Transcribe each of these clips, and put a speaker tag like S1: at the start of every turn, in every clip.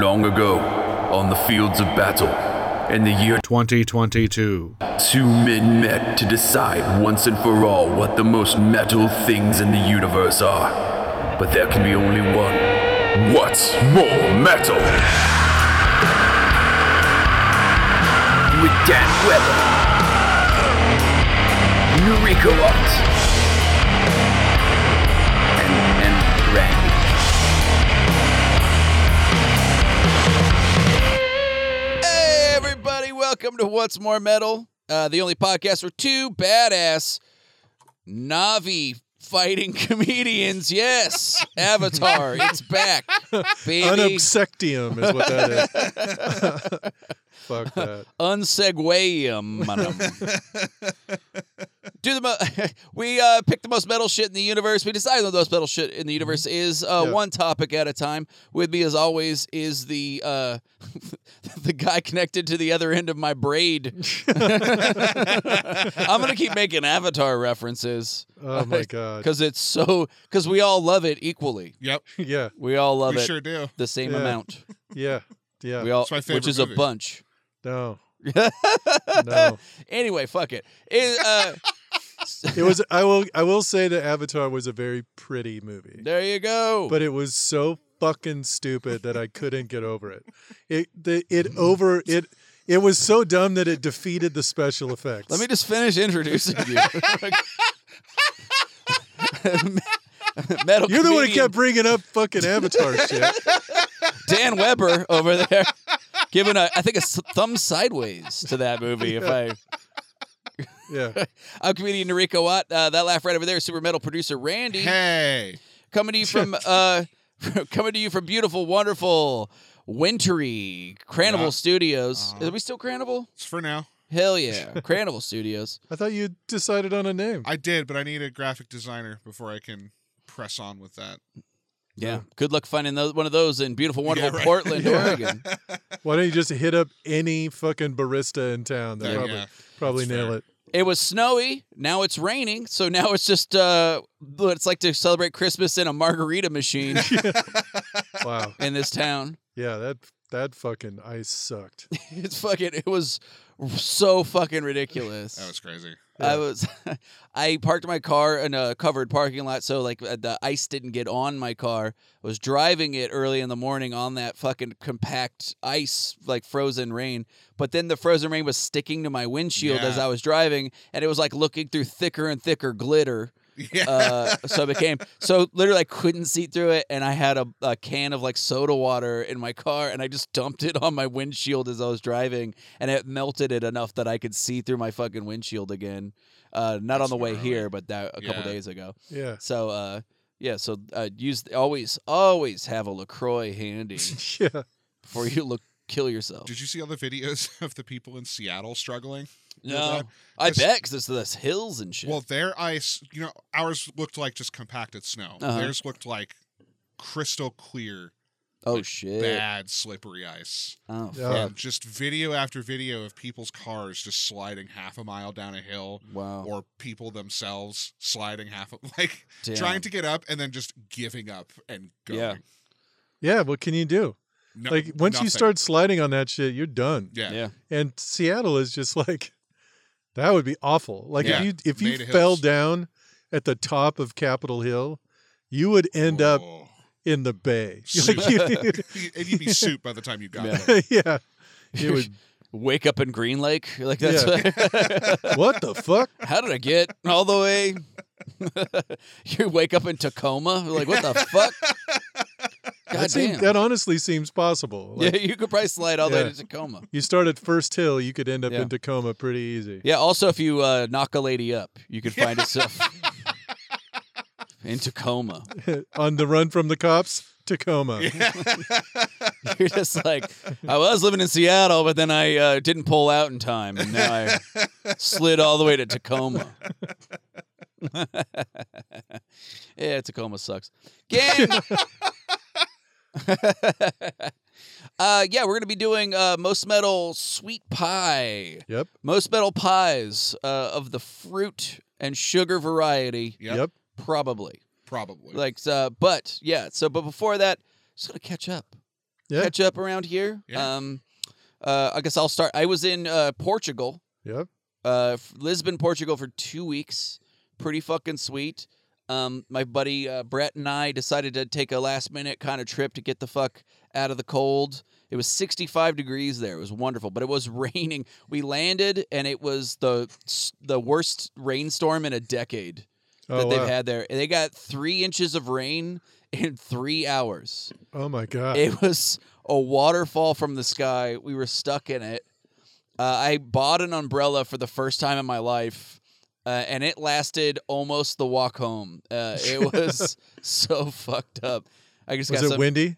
S1: Long ago, on the fields of battle, in the year
S2: 2022.
S1: two men met to decide once and for all what the most metal things in the universe are. But there can be only one. What's more metal? With Dan Weber, Noriko Ott, and, and Randy.
S3: Hey, everybody, welcome to What's More Metal, uh, the only podcast where two badass Navi fighting comedians. Yes, Avatar, it's back. Baby,
S4: Unobsectium is what that is. Fuck that.
S3: unsegwayum. Do the mo- we uh, pick the most metal shit in the universe. We decide the most metal shit in the universe
S5: Mm-hmm.
S3: is uh,
S4: Yeah.
S3: one topic at a time. With me, as always, is the uh, the guy connected to the other end of my braid. I'm gonna keep making Avatar references
S4: Oh my god.
S3: because it's so because we all love it equally.
S5: Yep,
S4: Yeah,
S3: We all love
S5: we
S3: it
S5: sure do.
S3: the same
S4: Yeah.
S3: amount.
S4: yeah,
S3: We
S4: yeah.
S3: all,
S5: It's my
S3: which
S5: favorite
S3: is a
S5: movie.
S3: bunch.
S4: No, no.
S3: Anyway, fuck it. It, uh,
S4: It was. I will. I will say that Avatar was a very pretty movie,
S3: there you go.
S4: but it was so fucking stupid that I couldn't get over it. It. The, it over. It. It was so dumb that it defeated the special effects.
S3: Let me just finish introducing you. Metal
S4: You're the one who
S3: comedian
S4: kept bringing up fucking Avatar shit.
S3: Dan Weber over there giving a I think a s- thumb sideways to that movie. If I
S4: Yeah.
S3: I'm comedian Noriko Watt. Uh, that laugh right over there, super metal producer Randy
S5: Hey,
S3: coming to you from uh coming to you from beautiful, wonderful, wintry Cranival
S5: Yeah.
S3: Studios.
S5: Uh-huh.
S3: Are we still Cranival?
S5: it's for now.
S3: Hell yeah, Cranival Studios.
S4: I thought you decided on a name.
S5: I did, but I need a graphic designer before I can press on with that.
S3: Yeah, good luck finding those, one of those in beautiful, wonderful
S5: right.
S3: Portland,
S4: Yeah.
S3: Oregon.
S4: Why don't you just hit up any fucking barista in town? They
S5: That-
S4: probably
S5: yeah,
S4: probably
S5: that's
S4: nail
S5: fair.
S4: it.
S3: It was snowy. Now it's raining. So now it's just uh, what it's like to celebrate Christmas in a margarita machine
S4: Wow.
S3: in this town.
S4: Yeah, that that fucking ice sucked.
S3: It's fucking. It was so fucking ridiculous.
S5: that was crazy.
S3: I was. I parked my car in a covered parking lot, so like uh, the ice didn't get on my car. I was driving it early in the morning on that fucking compact ice, like frozen rain. But then the frozen rain was sticking to my windshield as
S5: Yeah.
S3: I was driving, and it was like looking through thicker and thicker glitter.
S5: Yeah,
S3: uh, so it became so literally I couldn't see through it, and I had a, a can of like soda water in my car, and I just dumped it on my windshield as I was driving, and it melted it enough that I could see through my fucking windshield again. Uh, not on
S5: That's
S3: the way
S5: gnarly.
S3: here, but that a couple
S5: Yeah.
S3: days ago.
S4: Yeah.
S3: So uh, yeah, so uh, use always always have a Lacroix handy
S4: Yeah.
S3: before you look kill yourself.
S5: did you see all the videos of the people in Seattle struggling?
S3: No,
S5: that-
S3: I
S5: this-
S3: bet because it's this hills and shit.
S5: Well, their ice, you know, ours looked like just compacted snow.
S3: Uh-huh.
S5: Theirs looked like crystal clear,
S3: oh shit!
S5: bad slippery ice.
S3: Oh,
S4: Yeah.
S3: fuck.
S5: and just video after video of people's cars just sliding half a mile down a hill.
S3: wow!
S5: or people themselves sliding half of like
S3: Damn.
S5: trying to get up and then just giving up and going.
S3: Yeah.
S4: Yeah, what can you do?
S5: No-
S4: like once
S5: nothing.
S4: you start sliding on that shit, you're done.
S5: yeah,
S3: yeah.
S4: And Seattle is just like that would be awful. Like
S5: Yeah.
S4: if you if you
S5: Made of
S4: fell
S5: hills.
S4: down at the top of Capitol Hill, you would end up
S5: Whoa.
S4: in the bay.
S5: Soup.
S4: Like you,
S5: and you'd be soup by the time you got
S3: Yeah.
S5: there.
S4: yeah. It would
S3: wake up in Green Lake. Like that's
S4: what the fuck?
S3: how did I get all the way? you wake up in Tacoma. You're Like what the fuck? God
S4: that, seem-
S3: damn.
S4: that honestly seems possible. Like,
S3: yeah, you could probably slide all the way
S4: Yeah.
S3: to Tacoma.
S4: You start at First Hill, you could end up
S3: Yeah.
S4: in Tacoma pretty easy.
S3: Yeah. Also, if you uh, knock a lady up, you could find yourself in Tacoma.
S4: on the run from the cops, Tacoma.
S3: You're just like, I was living in Seattle, but then I uh, didn't pull out in time, and now I slid all the way to Tacoma. yeah, Tacoma sucks. Gang. uh, yeah, we're gonna be doing uh, most metal sweet pie,
S4: Yep.
S3: most metal pies uh, of the fruit and sugar variety,
S5: Yep,
S4: Yep.
S3: probably.
S5: probably.
S3: Like, uh, but yeah. So, but before that, just gonna catch up.
S4: Yeah.
S3: catch up around here.
S5: Yeah.
S3: Um, uh, I guess I'll start. I was in uh, Portugal,
S4: Yep.
S3: uh, f- Lisbon, Portugal for two weeks. Pretty fucking sweet. Um, my buddy uh, Brett and I decided to take a last minute kind of trip to get the fuck out of the cold. It was 65 degrees there. It was wonderful, but it was raining. We landed and it was the the worst rainstorm in a decade that
S4: Oh,
S3: they've
S4: wow.
S3: had there. And they got three inches of rain in three hours.
S4: oh my god.
S3: It was a waterfall from the sky. We were stuck in it. Uh, I bought an umbrella for the first time in my life, uh, and it lasted almost the walk home. Uh, it was so fucked up. I just
S4: was
S3: got
S4: it
S3: some.
S4: windy?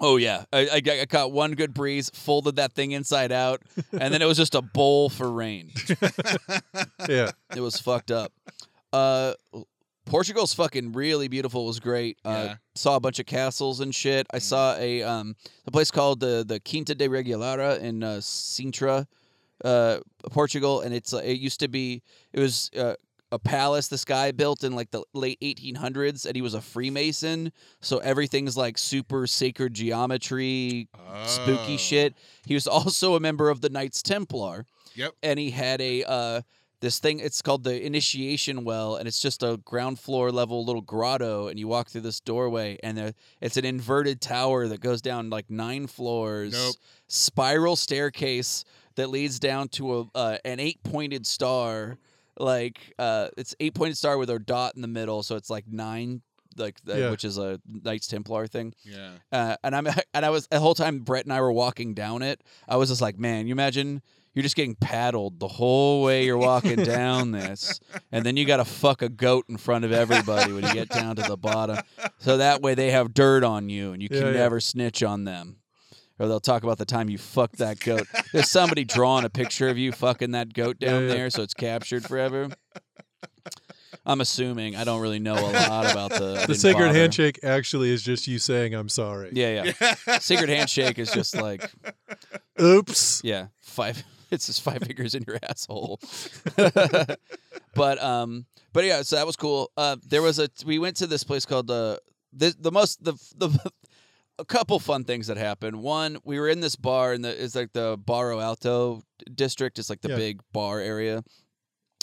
S3: oh yeah, I, I, got- I caught one good breeze, folded that thing inside out, and then it was just a bowl for rain.
S4: Yeah.
S3: It was fucked up. Uh, Portugal's fucking really beautiful. It was great. Uh,
S5: Yeah.
S3: Saw a bunch of castles and shit. I saw a um a place called the the Quinta de Regulara in uh, Sintra, uh, Portugal, and it's uh, it used to be it was. Uh, a palace this guy built in like the late 1800s and he was a freemason so everything's like super sacred geometry spooky
S5: Oh.
S3: shit he was also a member of the knights templar
S5: Yep.
S3: and he had a uh this thing it's called the initiation well and it's just a ground floor level little grotto and you walk through this doorway and there, it's an inverted tower that goes down like nine floors
S5: Nope.
S3: spiral staircase that leads down to a uh, an eight pointed star like uh it's eight pointed star with a dot in the middle so it's like nine like the,
S4: Yeah.
S3: which is a knights templar thing
S5: Yeah.
S3: uh, and I'm and I was the whole time Brett and I were walking down it. I was just like, man, you imagine you're just getting paddled the whole way you're walking down this, and then you got to fuck a goat in front of everybody when you get down to the bottom, so that way they have dirt on you and you can
S4: Yeah, yeah.
S3: never snitch on them. Or they'll talk about the time you fucked that goat. There's somebody drawing a picture of you fucking that goat down
S4: Yeah, yeah.
S3: there, so it's captured forever. I'm assuming. I don't really know a lot about the I
S4: The
S3: didn't
S4: sacred
S3: bother.
S4: handshake actually is just you saying I'm sorry.
S3: Yeah, yeah. Secret handshake is just like,
S4: Oops.
S3: yeah, five. It's just five fingers in your asshole. but um, but yeah, so that was cool. Uh, there was a we went to this place called uh, the the most the the a couple fun things that happened. One, we were in this bar in the it's like the Barro Alto district. It's like the
S4: Yeah.
S3: big bar area.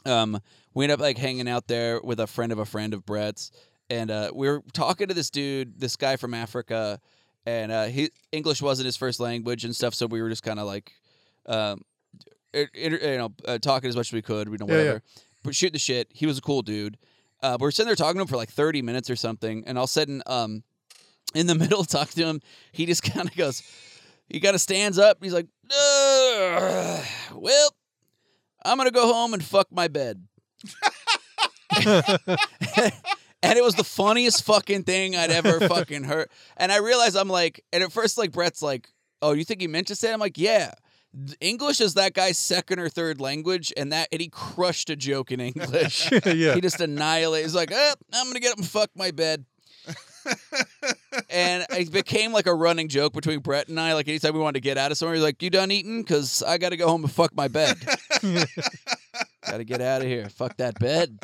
S3: Um, we ended up like hanging out there with a friend of a friend of Brett's, and uh, we were talking to this dude, this guy from Africa, and uh, he English wasn't his first language and stuff. So we were just kind of like, um, it- it- you know, uh, talking as much as we could. We know
S4: Yeah, yeah.
S3: whatever, but shoot the shit. He was a cool dude. Uh, we we're sitting there talking to him for like thirty minutes or something, and all of a sudden, um, in the middle of talking to him, he just kind of goes, he kind of stands up. He's like, "Ugh, well, I'm going to go home and fuck my bed. and it was the funniest fucking thing I'd ever fucking heard. And I realized I'm like, and at first, like, Brett's like, oh, you think he meant to say it? I'm like, yeah. English is that guy's second or third language, and that and he crushed a joke in English.
S4: yeah.
S3: He just annihilates. He's like, "Eh, I'm gonna get up and fuck my bed. and it became like a running joke between Brett and I. Like anytime we wanted to get out of somewhere, he's like, "You done eating? Cause I got to go home and fuck my bed. got to get out of here. Fuck that bed."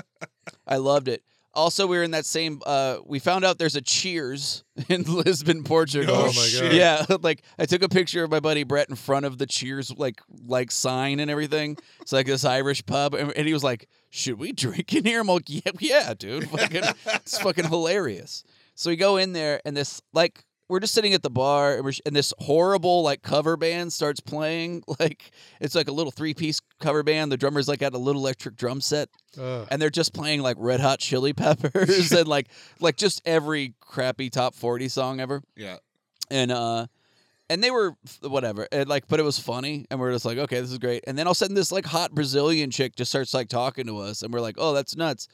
S3: I loved it. Also, we were in that same. Uh, we found out there's a Cheers in Lisbon, Portugal.
S5: Oh,
S4: my
S5: shit.
S4: God.
S3: Yeah, like I took a picture of my buddy Brett in front of the Cheers like like sign and everything. It's like this Irish pub, and, and he was like, "Should we drink in here?" I'm like, "Yeah, yeah, dude, fucking, it's fucking hilarious." So we go in there, and this like we're just sitting at the bar, and, we're, sh- and this horrible like cover band starts playing. Like it's like a little three piece cover band. The drummer's like got a little electric drum set
S4: Uh,
S3: and they're just playing like Red Hot Chili Peppers and like like just every crappy top forty song ever.
S5: Yeah.
S3: And uh, and they were f- whatever. And like, but it was funny, and we are just like, okay, this is great. And then all of a sudden, this like hot Brazilian chick just starts like talking to us, and we're like, oh, that's nuts.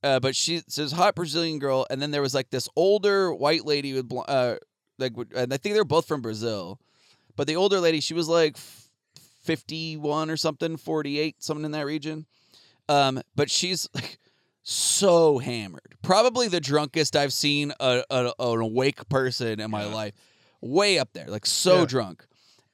S3: Uh, but she says hot Brazilian girl, and then there was like this older white lady with bl- uh, like, with- and I think they're both from Brazil, but the older lady, she was like f- fifty-one or something, forty-eight, something in that region. Um, but she's like so hammered. Probably the drunkest I've seen a, a, an awake person in my
S5: Yeah.
S3: life. Way up there, like so
S4: Yeah.
S3: drunk.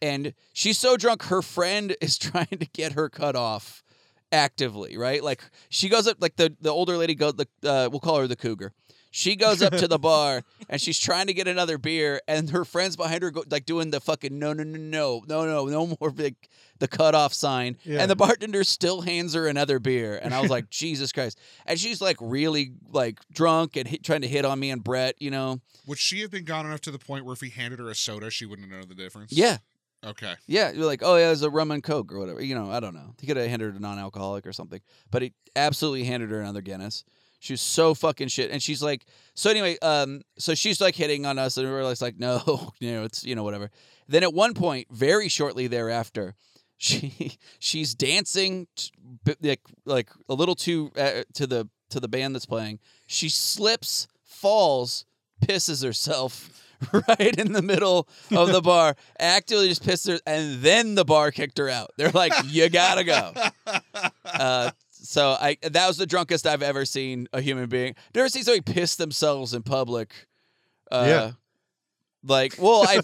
S3: And she's so drunk, her friend is trying to get her cut off actively, right? Like she goes up, like the, the older lady goes, the, uh, we'll call her the cougar. She goes up to the bar and she's trying to get another beer, and her friends behind her go like doing the fucking no, no, no, no, no, no, no more like the cutoff sign,
S4: Yeah.
S3: and the bartender still hands her another beer, and I was like, Jesus Christ! And she's like really like drunk and hit, trying to hit on me and Brett, you know?
S5: Would she have been gone enough to the point where if he handed her a soda, she wouldn't know the difference?
S3: Yeah,
S5: Okay.
S3: yeah. You're like, oh yeah, it was a rum and coke or whatever, you know? I don't know. He could have handed her a non-alcoholic or something, but he absolutely handed her another Guinness. She was so fucking shit, and she's like, so anyway, um, so she's like hitting on us, and we're just like, no, you know, it's you know whatever. Then at one point, very shortly thereafter, she she's dancing t- b- like like a little too uh, to the to the band that's playing. She slips, falls, pisses herself right in the middle of the bar. Actively just pisses her, and then the bar kicked her out. They're like, you gotta go. Uh, so I that was the drunkest I've ever seen a human being. Never seen somebody piss themselves in public. Uh,
S4: Yeah.
S3: Like, well, I,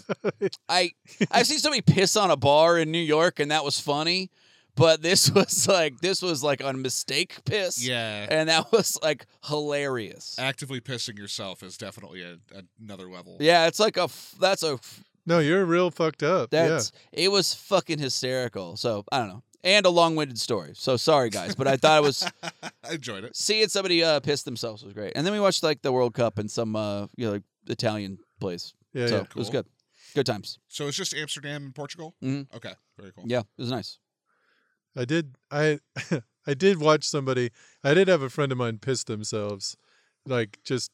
S3: I, I've seen somebody piss on a bar in New York, and that was funny. But this was like this was like on mistake piss,
S5: Yeah.
S3: and that was like hilarious.
S5: Actively pissing yourself is definitely a, another level.
S3: Yeah, it's like a f- that's a f-
S4: No, you're real fucked up.
S3: that's it was fucking hysterical. So I don't know, and a long-winded story. So sorry guys, but I thought it was
S5: I enjoyed it.
S3: seeing somebody uh, piss themselves was great. And then we watched like the World Cup in some uh, you know like, Italian place.
S4: yeah. Yeah,
S3: so
S4: yeah.
S3: it was
S5: Cool.
S3: good, good times.
S5: So it's just Amsterdam and Portugal?
S3: Mhm.
S5: Okay. Very cool.
S3: Yeah, it was nice.
S4: I did I I did watch somebody I did have a friend of mine piss themselves like just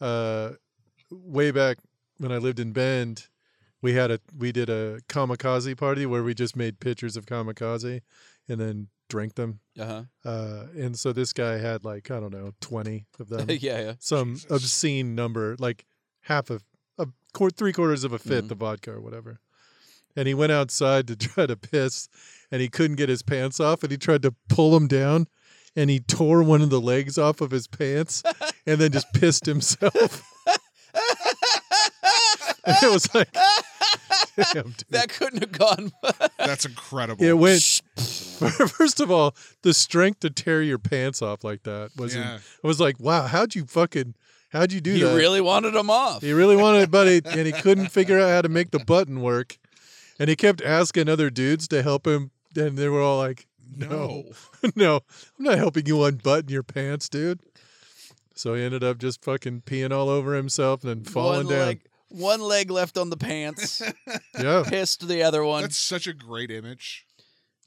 S4: uh way back when I lived in Bend we had a we did a kamikaze party where we just made pictures of kamikaze and then drank them
S3: Uh huh.
S4: uh and so this guy had like I don't know 20 of them
S3: yeah, yeah.
S4: some
S5: Jesus.
S4: obscene number, like half of a quart, three quarters of a 5th
S3: Mhm.
S4: of vodka or whatever. And he went outside to try to piss, and he couldn't get his pants off, and he tried to pull them down, and he tore one of the legs off of his pants, and then just pissed himself. And it was like, damn, dude.
S3: That couldn't have gone.
S5: That's incredible.
S4: it went. First of all, the strength to tear your pants off like that was.
S5: Yeah.
S4: I was like, wow, how'd you fucking, how'd you do
S3: you
S4: that?
S3: really wanted them off.
S4: He really wanted it, but he, and he couldn't figure out how to make the button work. And he kept asking other dudes to help him, and they were all like,
S5: No.
S4: "No, I'm not helping you unbutton your pants, dude." So he ended up just fucking peeing all over himself and then falling
S3: one
S4: down.
S3: leg, one leg left on the pants,
S4: Yeah,
S3: pissed the other one.
S5: That's such a great image.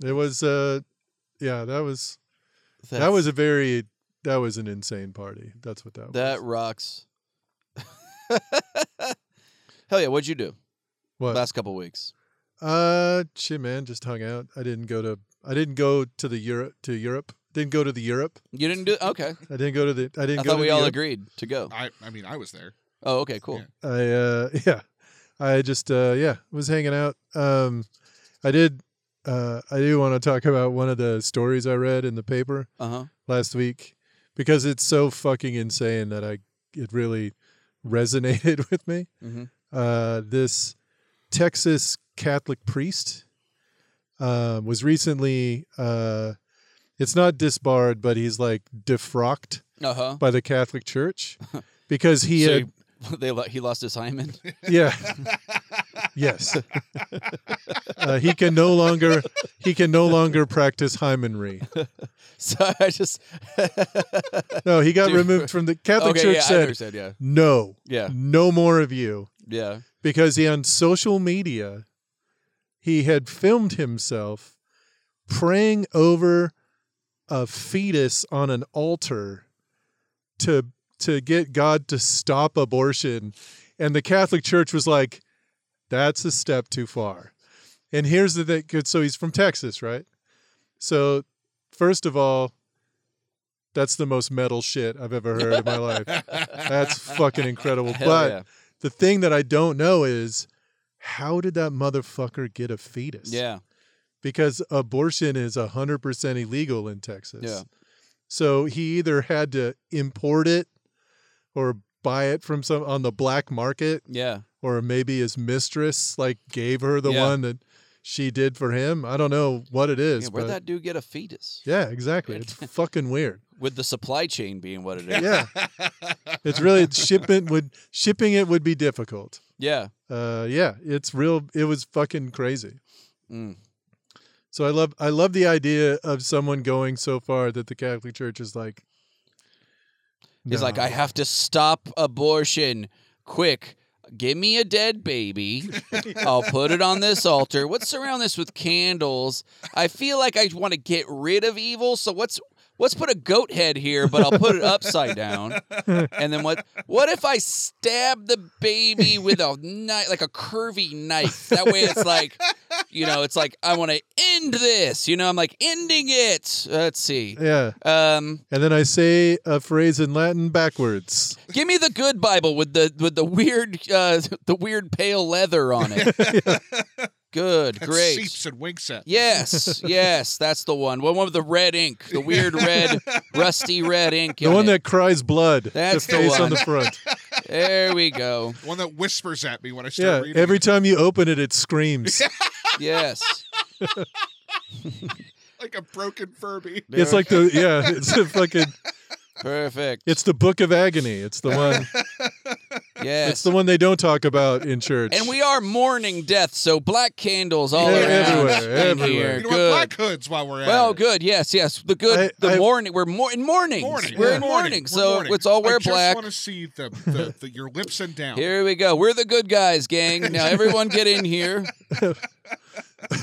S4: it was. uh Yeah, that was that
S3: That's-
S4: was a very that was an insane party. That's what that,
S3: that
S4: was.
S3: rocks. Hell yeah! What'd you do
S4: What?
S3: last couple weeks?
S4: Uh, shit, man, just hung out. I didn't go to I didn't go to the Europe to Europe. Didn't go to the Europe.
S3: You didn't do okay.
S4: I didn't go to the. I didn't
S3: I
S4: go.
S3: thought
S4: to
S3: we
S4: the
S3: all
S4: Europe.
S3: agreed to go.
S5: I I mean, I was there.
S3: Oh, okay, cool.
S5: Yeah.
S4: I uh yeah. I just uh yeah, was hanging out. Um I did uh I do want to talk about one of the stories I read in the paper
S3: Uh huh.
S4: last week because it's so fucking insane that I it really resonated with me.
S3: Mhm.
S4: Uh this Texas Catholic priest uh, was recently uh it's not disbarred but he's like defrocked
S3: Uh huh.
S4: by the Catholic Church because he
S3: So
S4: had
S3: he- they lo- he lost his hymen.
S4: Yeah. yes. uh, he can no longer he can no longer practice hymenry.
S3: so I just
S4: No, he got
S3: Dude.
S4: removed from the Catholic
S3: okay,
S4: Church
S3: yeah, I
S4: said
S3: understand. Yeah,
S4: no,
S3: yeah,
S4: no more of you
S3: yeah.
S4: because he on social media he had filmed himself praying over a fetus on an altar to to get God to stop abortion and the Catholic Church was like that's a step too far and here's the thing good so he's from Texas right so first of all that's the most metal shit I've ever heard in my life that's fucking incredible
S3: Hell
S4: but
S3: yeah.
S4: the thing that I don't know is how did that motherfucker get a fetus?
S3: Yeah,
S4: Because abortion is 100% illegal in Texas.
S3: Yeah.
S4: So he either had to import it or buy it from some on the black market
S3: yeah.
S4: or maybe his mistress like gave her the
S3: Yeah.
S4: one that she did for him. I don't know what it is,
S3: Yeah,
S4: but
S3: Where'd that dude get a fetus?
S4: yeah, exactly. It's fucking weird.
S3: With the supply chain being what it is.
S4: Yeah. It's really shipment would shipping it would be difficult.
S3: Yeah.
S4: Uh, yeah, it's real. It was fucking crazy.
S3: Mm.
S4: So I love I love the idea of someone going so far that the Catholic Church is like.
S3: He's like,
S4: "Nah."
S3: I have to stop abortion. Quick, give me a dead baby. I'll put it on this altar. Let's surround this with candles. I feel like I want to get rid of evil, so let's let's put a goat head here, but I'll put it upside down. And then what what if I stab the baby with a knife like a curvy knife? That way it's like you know, it's like I want to end this. You know, I'm like ending it. Let's see.
S4: yeah,
S3: Um
S4: and then I say a phrase in Latin backwards.
S3: Give me the good Bible with the with the weird uh, the weird pale leather on it. Good,
S5: That
S3: great.
S5: Seeps and winks at. me.
S3: Yes, yes, that's the one. One one with the red ink, the weird red, rusty red ink.
S4: The
S3: in
S4: one
S3: it.
S4: that cries blood.
S3: That's
S4: the
S3: the
S4: face on
S3: one.
S4: the front.
S3: There we go.
S5: One that whispers at me when I start
S4: yeah,
S5: reading.
S4: every
S5: it.
S4: time you open it, it screams.
S3: Yes,
S5: like a broken Furby.
S4: it's like the yeah, it's the fucking
S3: perfect.
S4: it's the Book of Agony. It's the one.
S3: yes,
S4: It's the one they don't talk about in church.
S3: and we are mourning death, so black candles all
S4: Yeah,
S3: around
S4: everywhere,
S3: in
S4: everywhere.
S3: here.
S5: You know
S3: good.
S5: what? Black hoods while we're at
S3: well,
S5: it.
S3: good. Yes, yes. The good.
S4: I-
S3: the
S4: I-
S3: mourning. We're more in mournings.
S5: Morning.
S3: We're
S5: Yeah.
S3: in
S5: Morning.
S3: mourning.
S5: We're
S3: so
S5: morning.
S3: let's all wear
S5: I
S3: black.
S5: just want to see the, the, the your lips and down.
S3: Oh. Here we go. We're the good guys, gang. Now everyone get in here.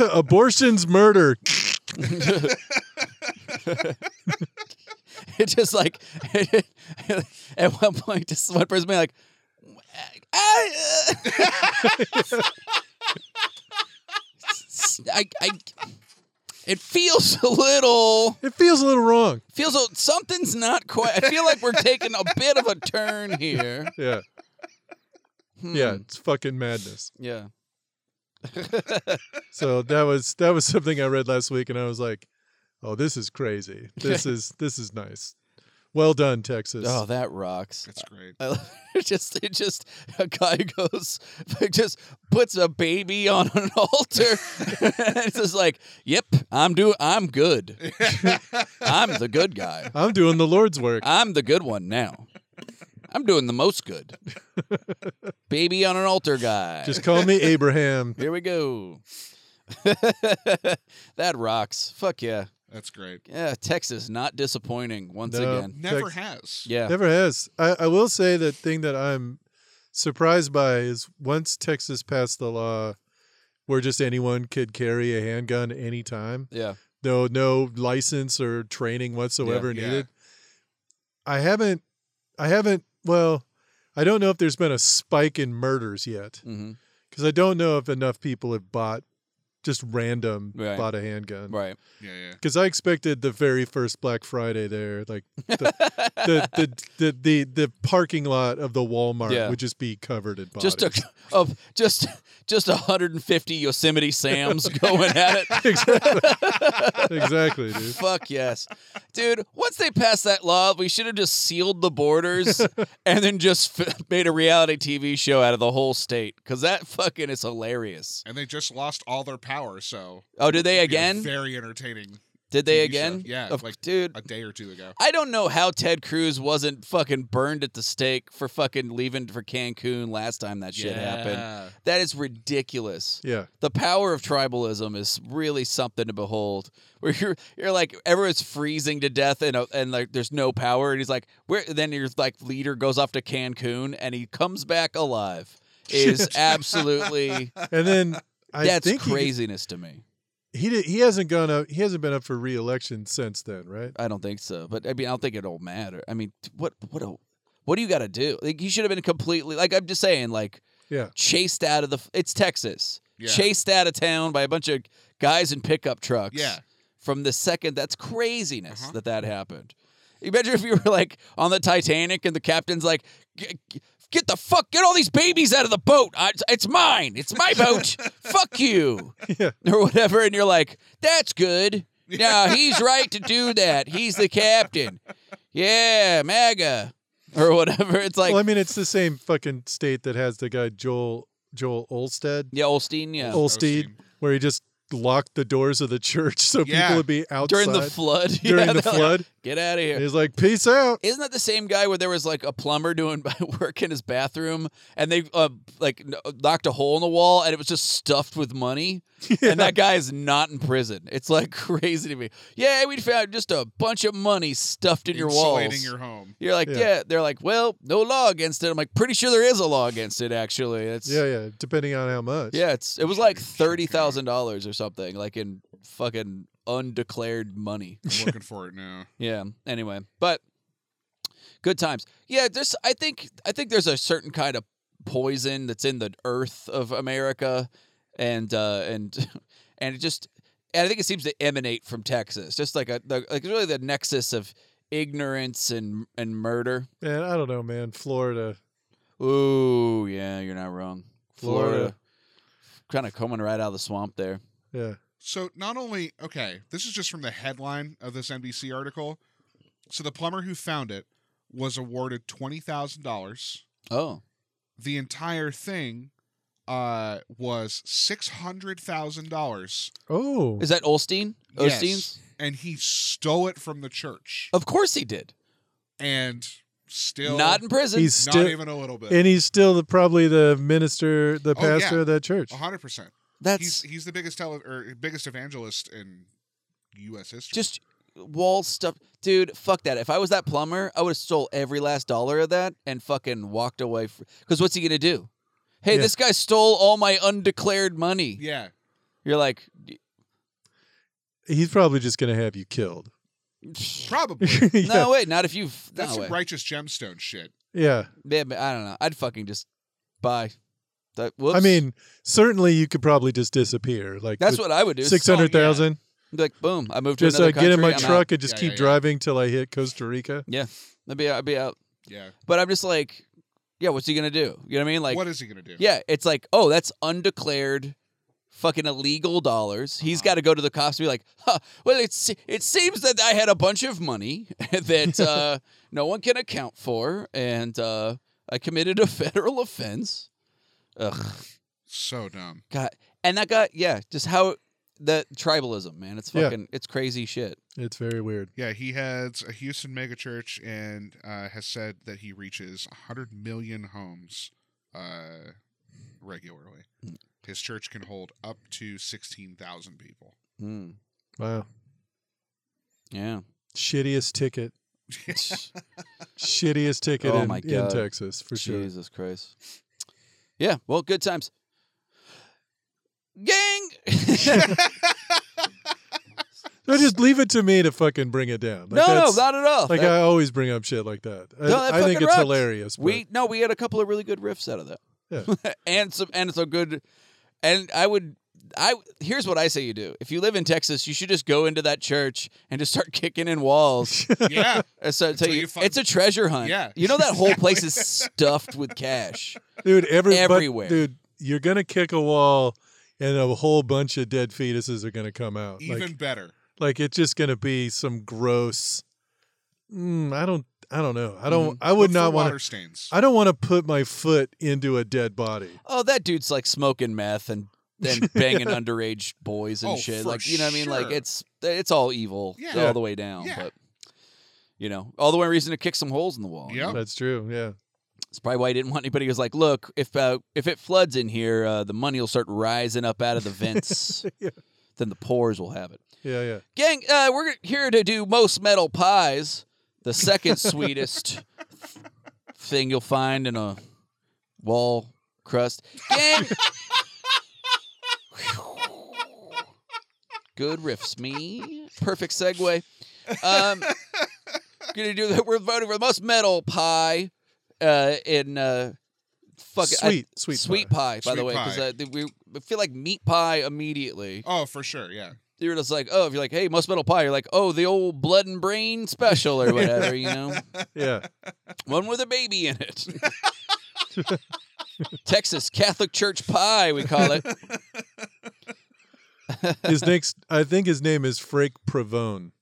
S4: Abortion's murder.
S3: It's just like at one point, just one person being like, I, uh, I, I, it feels a little,
S4: It feels a little wrong.
S3: feels a, something's not quite. I feel like we're taking a bit of a turn here.
S4: Yeah,
S3: Hmm.
S4: yeah, it's fucking madness.
S3: yeah.
S4: So that was that was something I read last week, and I was like, "Oh, this is crazy. This is this is nice. Well done, Texas."
S3: Oh, that rocks.
S5: That's great.
S3: I love- it just it just a guy goes just puts a baby on an altar and it's just like yep i'm do i'm good i'm the good guy
S4: I'm doing the Lord's work.
S3: i'm the good one now i'm doing the most good baby on an altar guy
S4: Just call me Abraham.
S3: here we go that rocks fuck yeah
S5: That's great.
S3: yeah texas not disappointing once
S4: No.
S3: again
S5: Never
S4: Tex-
S5: has.
S3: yeah
S4: Never has. I, I will say that thing that I'm surprised by is once Texas passed the law where just anyone could carry a handgun anytime,
S3: yeah
S4: no no license or training whatsoever
S5: Yeah.
S4: needed. I haven't I haven't well, I don't know if there's been a spike in murders yet
S3: hmm
S4: because I don't know if enough people have bought just random
S3: Right.
S4: bought a handgun.
S3: right
S5: Yeah, yeah.
S4: Because I expected the very first Black Friday there, like the the, the, the, the the parking lot of the Walmart
S3: Yeah.
S4: would just be covered in bodies.
S3: just a of just just 150 Yosemite Sams going at it.
S4: exactly, exactly, dude.
S3: Fuck yes, dude. Once they passed that law, we should have just sealed the borders and then just f- made a reality TV show out of the whole state because that fucking is hilarious.
S5: And they just lost all their power, so
S3: Oh, did they
S5: you know,
S3: again?
S5: very entertaining.
S3: Did they
S5: TV show.
S3: again?
S5: Yeah,
S3: Of-
S5: like
S3: dude.
S5: a day or two ago.
S3: I don't know how Ted Cruz wasn't fucking burned at the stake for fucking leaving for Cancun last time that shit happened.
S5: Yeah.
S3: That is ridiculous.
S4: Yeah,
S3: the power of tribalism is really something to behold. Where you're you're like everyone's freezing to death and uh, and like there's no power and he's like where then your like leader goes off to Cancun and he comes back alive is absolutely
S4: and then I
S3: that's
S4: think he-
S3: craziness to me.
S4: He, did, he hasn't gone up. He hasn't been up for re-election since then, right?
S3: I don't think so, but I mean I don't think it'll matter. I mean t- what what a what do you got to do? Like he should have been completely like I'm just saying like
S4: Yeah.
S3: chased out of the it's Texas
S5: Yeah.
S3: chased out of town by a bunch of guys in pickup trucks.
S5: Yeah.
S3: from the second that's craziness
S5: Uh-huh.
S3: that that happened imagine if you were like on the titanic and the captain's like "G- g- get the fuck get all these babies out of the boat I, it's mine it's my boat fuck you
S4: Yeah.
S3: or whatever and you're like that's good now he's right to do that he's the captain yeah maga or whatever it's like
S4: well, I mean, it's the same fucking state that has the guy Joel Joel Olstead,
S3: yeah olstein yeah
S4: Olsteed,
S5: Osteen.
S4: where he just locked the doors of the church so
S5: Yeah.
S4: people would be outside
S3: during the flood.
S4: during
S3: Yeah,
S4: the
S3: they're like,
S4: flood.
S3: Get out of
S4: And
S3: here.
S4: he's like, "Peace out."
S3: Isn't that the same guy where there was like a plumber doing work in his bathroom and they uh, like kn- knocked a hole in the wall and it was just stuffed with money?
S4: Yeah.
S3: And that guy is not in prison. It's like crazy to me. Yeah, we found just a bunch of money stuffed in your
S5: insulating
S3: walls.
S5: your home.
S3: You're like, yeah.
S4: Yeah.
S3: They're like, well, no law against it. I'm like, pretty sure there is a law against it. Actually, it's
S4: yeah, yeah. Depending on how much.
S3: yeah, it's it was like thirty thousand dollars or something, like in fucking undeclared money.
S5: I'm looking for it now.
S3: Yeah. Anyway, but good times. Yeah, there's I think I think there's a certain kind of poison that's in the earth of America and uh and and it just and I think it seems to emanate from Texas. Just like a the, like really the nexus of ignorance and and murder.
S4: Man, I don't know, man. Florida.
S3: Ooh, yeah, you're not wrong. Florida.
S4: Florida.
S3: Kind of coming right out of the swamp there.
S4: Yeah.
S5: So not only okay, this is just from the headline of this NBC article. So the plumber who found it was awarded twenty thousand dollars.
S3: Oh.
S5: The entire thing uh was six hundred thousand dollars.
S4: Oh.
S3: Is that Olstein?
S5: Yes.
S3: Olstein's?
S5: And he stole it from the church
S3: Of course he did.
S5: and still
S3: Not in prison.
S4: He's
S5: not
S4: still
S5: even a little bit.
S4: and he's still the, probably the minister, the
S5: Oh, yeah.
S4: pastor of that church.
S5: hundred percent.
S3: That's
S5: He's he's the biggest tele- or biggest evangelist in US history.
S3: just wall stuff dude fuck that if i was that plumber i would have stole every last dollar of that and fucking walked away because what's he gonna do hey
S4: Yeah.
S3: this guy stole all my undeclared money
S5: yeah.
S3: you're like
S4: He's probably just going to have you killed.
S5: Probably.
S4: yeah.
S3: no wait not if you
S5: That's
S3: no way
S5: some righteous gemstone shit.
S4: yeah.
S3: yeah, but i don't know i'd fucking just buy that whoops.
S4: I mean, certainly you could probably just disappear. Like
S3: that's what i would do
S4: six hundred thousand.
S3: like boom i moved to
S4: Just
S3: another
S4: uh, get in
S3: country,
S4: my
S3: I'm out.
S4: truck and just
S5: Yeah,
S4: keep
S5: yeah, yeah.
S4: driving till I hit Costa Rica.
S3: i'd be i'd be out
S5: Yeah.
S3: but i'm just like yeah what's he gonna do you know what i mean like
S5: what is he gonna do?
S3: Yeah, it's like, oh, that's undeclared fucking illegal dollars. He's
S5: Uh-huh.
S3: got to go to the cops and be like, huh, well, it's, it seems that I had a bunch of money that uh, no one can account for, and uh, I committed a federal offense. Ugh,
S5: So dumb.
S3: God. And that guy, yeah, just how the tribalism, man. It's
S4: Yeah.
S3: fucking, it's crazy shit.
S4: It's very weird.
S5: Yeah, he heads a Houston megachurch and uh, has said that he reaches 100 million homes uh, regularly. His church can hold up to 16,000 people.
S3: Mm,
S4: Wow.
S3: yeah.
S4: Shittiest ticket. Shittiest ticket
S3: Oh
S4: in,
S3: my
S4: in
S3: God.
S4: Texas for sure.
S3: Jesus Christ. Yeah, well, good times. Gang!
S4: No, just leave it to me to fucking bring it down. Like,
S3: no, no,
S4: that's-
S3: not at all.
S4: like
S3: That-
S4: I always bring up shit like that. I,
S3: No, that
S4: I think
S3: fucking
S4: it's
S3: rocks.
S4: hilarious. but-
S3: we no, we had a couple of really good riffs out of that.
S4: Yeah.
S3: and some and some good and I would I here's what I say you do. If you live in Texas, you should just go into that church and just start kicking in walls.
S5: yeah.
S3: And so, so
S5: Until
S3: you-
S5: you find-
S3: it's a treasure hunt.
S5: Yeah.
S3: You know that whole place is stuffed with cash.
S4: dude, every, but,
S3: everywhere.
S4: dude, you're gonna kick a wall, and a whole bunch of dead fetuses are gonna come out.
S5: Even
S4: like,
S5: better.
S4: like it's just gonna be some gross. Mm, I don't. I don't know. I don't.
S3: Mm-hmm.
S4: I would
S5: Look for
S4: not
S5: water
S4: want to.
S5: stains.
S4: I don't want to put my foot into a dead body.
S3: Oh, that dude's like smoking meth and and banging underage boys and
S5: Oh,
S3: shit.
S5: for
S3: Like you know what I mean? Like
S5: sure.
S3: it's it's all evil
S5: Yeah.
S3: all the way down.
S5: Yeah.
S3: But you know, all the way reason to kick some holes in the wall.
S5: Yeah.
S4: That's true. Yeah.
S3: It's probably why he didn't want anybody who was like, look, if uh, if it floods in here, uh, the money will start rising up out of the vents.
S4: Yeah.
S3: Then the pores will have it.
S4: Yeah. Yeah.
S3: Gang, uh, we're here to do most metal pies, the second sweetest thing you'll find in a wall crust. Gang. Good riffs, me. Perfect segue. Um, gonna do that. We're voting for the most metal pie uh, in uh, fuck it, I-
S4: Sweet, sweet
S3: pie. by the
S5: Sweet
S3: way, because
S5: pie.
S3: uh, th- we we feel like meat pie immediately
S5: Oh, for sure. Yeah.
S3: you're just like, oh, if you're like, hey, most metal pie, you're like, oh, the old blood and brain special or whatever, you know,
S4: Yeah.
S3: one with a baby in it. Texas Catholic Church pie, we call it.
S4: His next. I think his name is Frank Provone.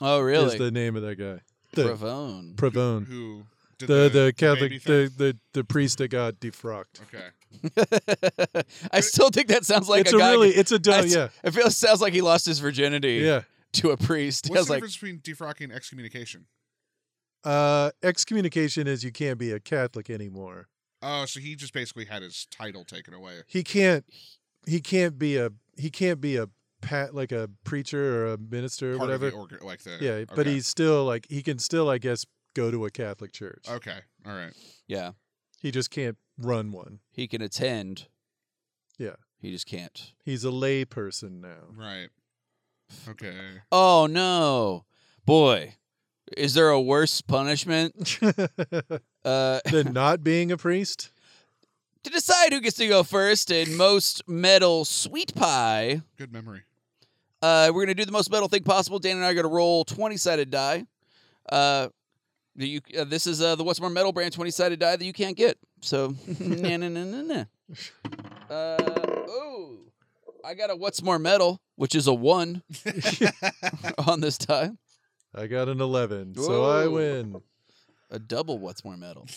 S3: Oh,
S4: Is
S3: really?
S4: the name of that guy? The
S3: Provone.
S4: Provone.
S5: Who Did
S4: the the
S5: baby
S4: Catholic the,
S5: thing?
S4: the the priest that got defrocked.
S5: okay.
S3: I still think that sounds like
S4: it's
S3: a,
S4: a,
S3: guy.
S4: really it's a dumb,
S3: I-
S4: yeah
S3: It feels sounds like he lost his virginity
S4: yeah.
S3: to a priest. I
S5: What's
S3: was
S5: the
S3: like,
S5: difference between defrocking and excommunication?
S4: Uh, excommunication is you can't be a Catholic anymore.
S5: Oh, so he just basically had his title taken away.
S4: He can't he can't be a he can't be a pat like a preacher or a minister or
S5: Part of
S4: whatever.
S5: the organ, like the
S4: yeah, but
S5: okay.
S4: he's still like he can still I guess go to a Catholic church.
S5: okay. All right.
S3: yeah,
S4: He just can't run one.
S3: he can attend.
S4: Yeah.
S3: he just can't.
S4: He's a lay person now.
S5: Right. Okay.
S3: Oh no, boy, is there a worse punishment? Uh,
S4: Than not being a priest?
S3: to decide who gets to go first in most metal sweet pie,
S5: Good memory.
S3: uh, we're gonna do the most metal thing possible. Dan and I are gonna roll twenty sided die. Uh, that you, uh, this is uh, the What's More Metal brand twenty sided die that you can't get. So na na na na na. Uh, oh, I got a What's More Metal, which is a one on this die.
S4: I got an eleven, so I
S3: Whoa.
S4: win.
S3: A double what's more metal.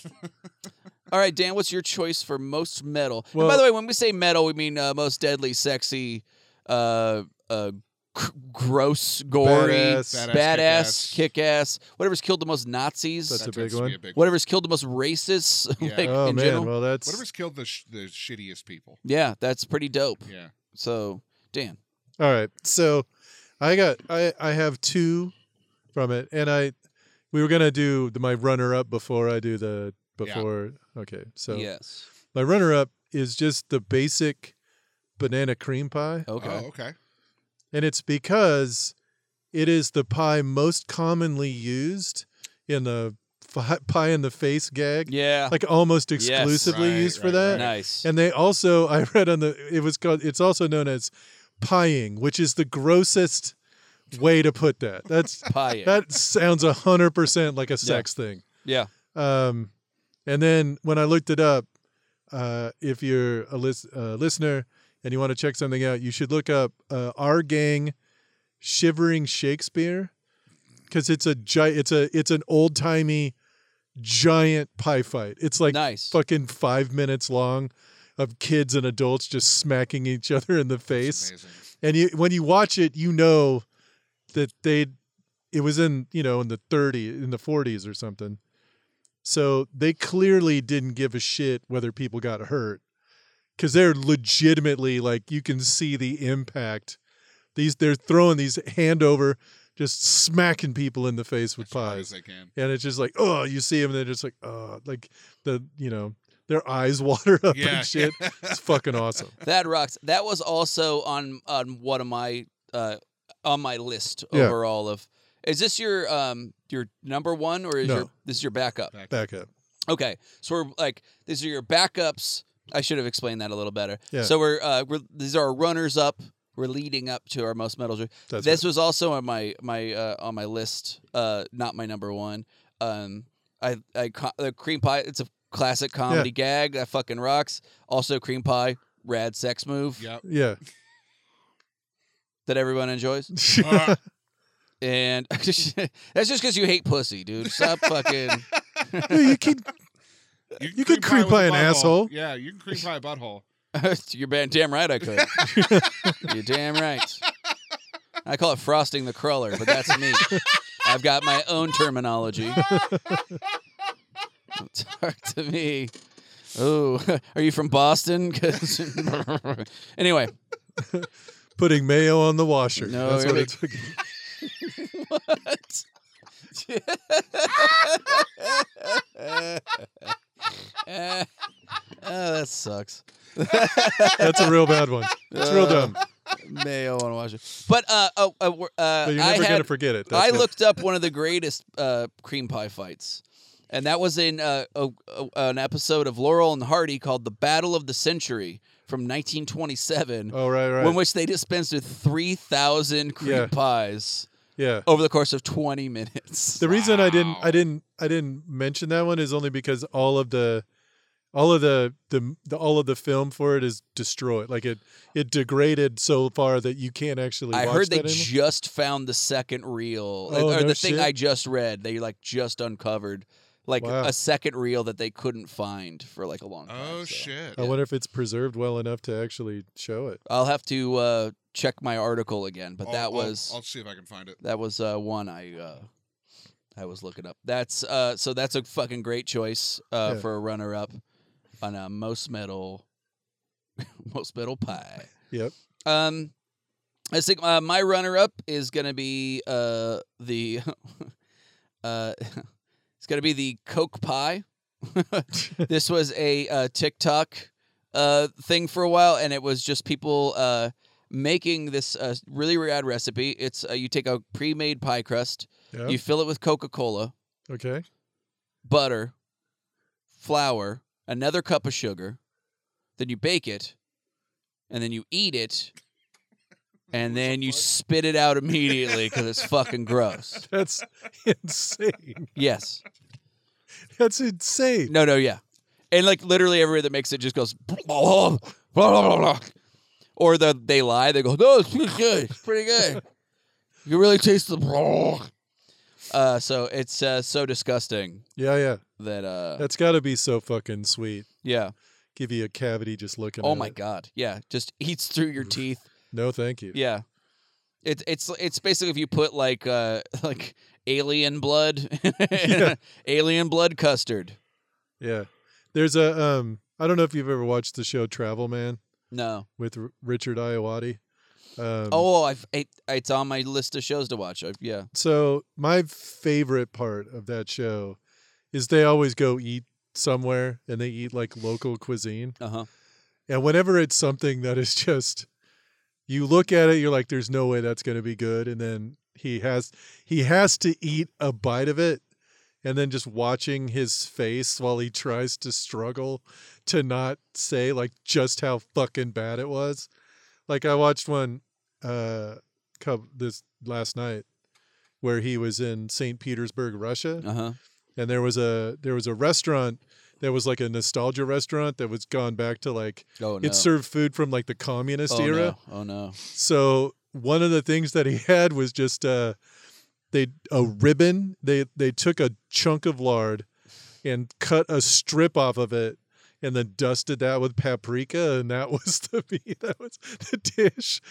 S3: All right, Dan, what's your choice for most metal? and by
S4: Well-
S3: the way, when we say metal, we mean uh, most deadly, sexy, uh, uh, g- gross, gory,
S4: Badass.
S5: Badass, kick-ass.
S3: badass, kick ass, whatever's killed the most Nazis,
S4: That's a
S5: tends
S4: big
S5: to be
S4: one.
S5: a big
S3: whatever's killed the most racists,
S5: Yeah.
S3: like
S4: oh
S3: in
S4: man,
S3: general.
S4: well that's
S5: Whatever's killed the sh- the shittiest people.
S3: yeah, that's pretty dope.
S5: Yeah.
S3: So, Dan,
S4: All right. So I got I I have two from it and I we were going to do the, my runner up before I do the
S5: Yeah.
S4: before okay. So
S3: yes,
S4: my runner up is just the basic banana cream pie
S3: okay,
S5: Oh, okay.
S4: and it's because it is the pie most commonly used in the fi- pie in the face gag.
S3: yeah,
S4: Like almost
S3: Yes.
S4: exclusively
S5: Right,
S4: used for
S5: right,
S4: that.
S5: right.
S3: nice,
S4: And they also, I read on the, it was called, it's also known as pieing, which is the grossest way to put that. That's,
S3: pie,
S4: that sounds a hundred percent like a sex thing.
S3: yeah,
S4: Um, and then when I looked it up, uh, if you're a lis- uh, listener and you want to check something out, you should look up uh, our gang, shivering Shakespeare, because it's a gi- it's a it's an old timey giant pie fight. It's like
S3: nice,
S4: fucking five minutes long of kids and adults just smacking each other in the
S5: That's
S4: face.
S5: amazing.
S4: And you, when you watch it, you know that they, it was in you know in the 30 in the 40s or something. So they clearly didn't give a shit whether people got hurt because they're legitimately like you can see the impact. These they're throwing these hand over, just smacking people in the face with
S5: As hard
S4: pies
S5: as they can.
S4: and it's just like oh you see them and they're just like oh like the you know their eyes water up
S5: Yeah.
S4: and shit it's fucking awesome
S3: That rocks. That was also on on one of my uh on my list
S4: Yeah.
S3: overall of is this your um your number one or is
S4: No.
S3: your this is your backup?
S5: Back-
S4: back up
S3: Okay. So we're like these are your backups. I should have explained that a little better.
S4: Yeah.
S3: So we're uh we're these are our runners up. We're leading up to our most medals.
S4: that's
S3: this
S4: right.
S3: was also on my my uh on my list, uh not my number one. Um I I co- the cream pie it's a classic comedy gag that fucking rocks. Also cream pie, rad sex move
S5: Yep.
S4: yeah
S3: that everyone enjoys.
S5: Uh,
S3: And that's just because you hate pussy, dude. Stop fucking.
S4: Yeah, you can
S5: can
S4: You could cream
S5: with a
S4: pie an
S5: butthole.
S4: asshole.
S5: Yeah, you can cream pie a butthole.
S3: You're ban- damn right I could. You're damn right. I call it frosting the cruller, but that's me. I've got my own terminology. Talk to me. Oh, are you from Boston? 'Cause- anyway,
S4: putting mayo on the washer
S3: No,
S4: that's what
S3: really.
S4: it took
S3: what? oh, that sucks.
S4: that's a real bad one it's real dumb
S3: Uh, Mayo on washer. But uh, oh, uh, we're- uh,
S4: but you're
S3: I
S4: never
S3: had
S4: gonna forget it that's
S3: I
S4: it.
S3: looked up one of the greatest uh, cream pie fights, and that was in uh, a, a, an episode of Laurel and Hardy called "The Battle of the Century" from 1927,
S4: oh right right
S3: in which they dispensed with 3,000 cream
S4: Yeah.
S3: pies
S4: yeah
S3: over the course of 20 minutes.
S4: the reason I didn't
S5: Wow.
S4: I didn't I didn't mention that one is only because all of the all of the, the the all of the film for it is destroyed like it it degraded so far that you can't actually
S3: I
S4: watch
S3: heard they
S4: that anymore.
S3: just found the second reel,
S4: Oh,
S3: or
S4: no
S3: the thing
S4: shit.
S3: I just read. They like just uncovered like
S4: Wow.
S3: a second reel that they couldn't find for like a long time.
S5: Oh
S3: so.
S4: uh,
S5: shit!
S4: I wonder if it's preserved well enough to actually show it.
S3: I'll have to uh, check my article again, but
S5: I'll-
S3: that
S5: I'll-
S3: was
S5: I'll, see if I can find it.
S3: that was uh, one I uh, I was looking up. That's uh, so that's a fucking great choice uh,
S4: Yeah.
S3: for a runner up on a most metal most metal pie.
S4: Yep.
S3: Um, I think uh, my runner up is gonna be uh the uh it's gonna be the Coke pie. this was a uh, TikTok uh thing for a while, and it was just people uh making this uh, really rad recipe. It's uh, you take a pre-made pie crust,
S4: Yep.
S3: you fill it with Coca Cola,
S4: okay.
S3: butter, flour, another cup of sugar, then you bake it, and then you eat it, and then you
S5: fuck?
S3: spit it out immediately because it's fucking gross.
S4: That's insane.
S3: Yes.
S4: That's insane.
S3: No, no, yeah. And like literally everybody that makes it just goes, blah, blah, blah, blah, blah. or the, they lie. They go, no, it's pretty good. It's pretty good. You really taste the. Blah. Uh, so it's uh, so disgusting
S4: Yeah, yeah.
S3: that uh,
S4: That's got to be so fucking sweet.
S3: yeah.
S4: Give you a cavity just looking.
S3: Oh
S4: at
S3: my
S4: it.
S3: god. Yeah, just eats through your teeth.
S4: No, thank you.
S3: Yeah. It's it's it's basically if you put like uh like alien blood
S4: Yeah.
S3: alien blood custard.
S4: Yeah. There's a um I don't know if you've ever watched the show Travel Man
S3: No.
S4: with R- Richard Iowati. Um,
S3: Oh, I've it, it's on my list of shows to watch. I've, yeah.
S4: so my favorite part of that show is they always go eat somewhere and they eat like local cuisine.
S3: Uh-huh.
S4: And whenever it's something that is just you look at it, you're like, there's no way that's gonna be good. And then he has he has to eat a bite of it. And then just watching his face while he tries to struggle to not say like just how fucking bad it was. Like I watched one uh cou- this last night where he was in St. Petersburg, Russia
S3: Uh-huh.
S4: and there was a there was a restaurant that was like a nostalgia restaurant that was gone back to like
S3: Oh no.
S4: it served food from like the communist
S3: oh,
S4: era.
S3: no. oh no.
S4: So one of the things that he had was just uh they a ribbon. They they took a chunk of lard and cut a strip off of it and then dusted that with paprika and that was the meat- that was the dish.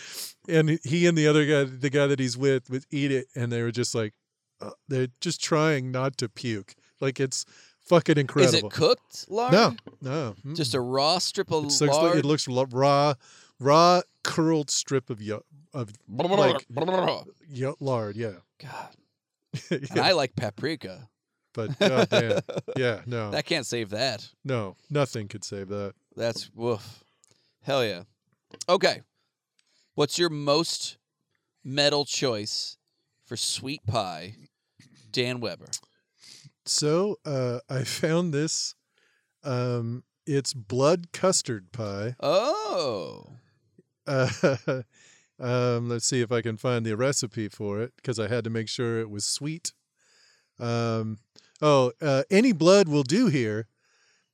S4: And he and the other guy, the guy that he's with, would eat it and they were just like uh, they're just trying not to puke. Like it's fucking
S3: Is
S4: incredible.
S3: it cooked lard?
S4: no, no. mm-mm.
S3: Just a raw strip of
S4: It looks,
S3: lard.
S4: like, it looks lo- raw, raw curled strip of yo- of like yo- lard. Yeah,
S3: God. And
S4: yeah.
S3: I like paprika.
S4: but goddamn, yeah, no,
S3: That can't save that.
S4: no, nothing could save that.
S3: That's woof. Hell yeah. Okay. What's your most metal choice for sweet pie, Dan Weber?
S4: So uh, I found this. Um, it's blood custard pie.
S3: Oh.
S4: Uh, um, let's see if I can find the recipe for it because I had to make sure it was sweet. Um, oh, uh, any blood will do here,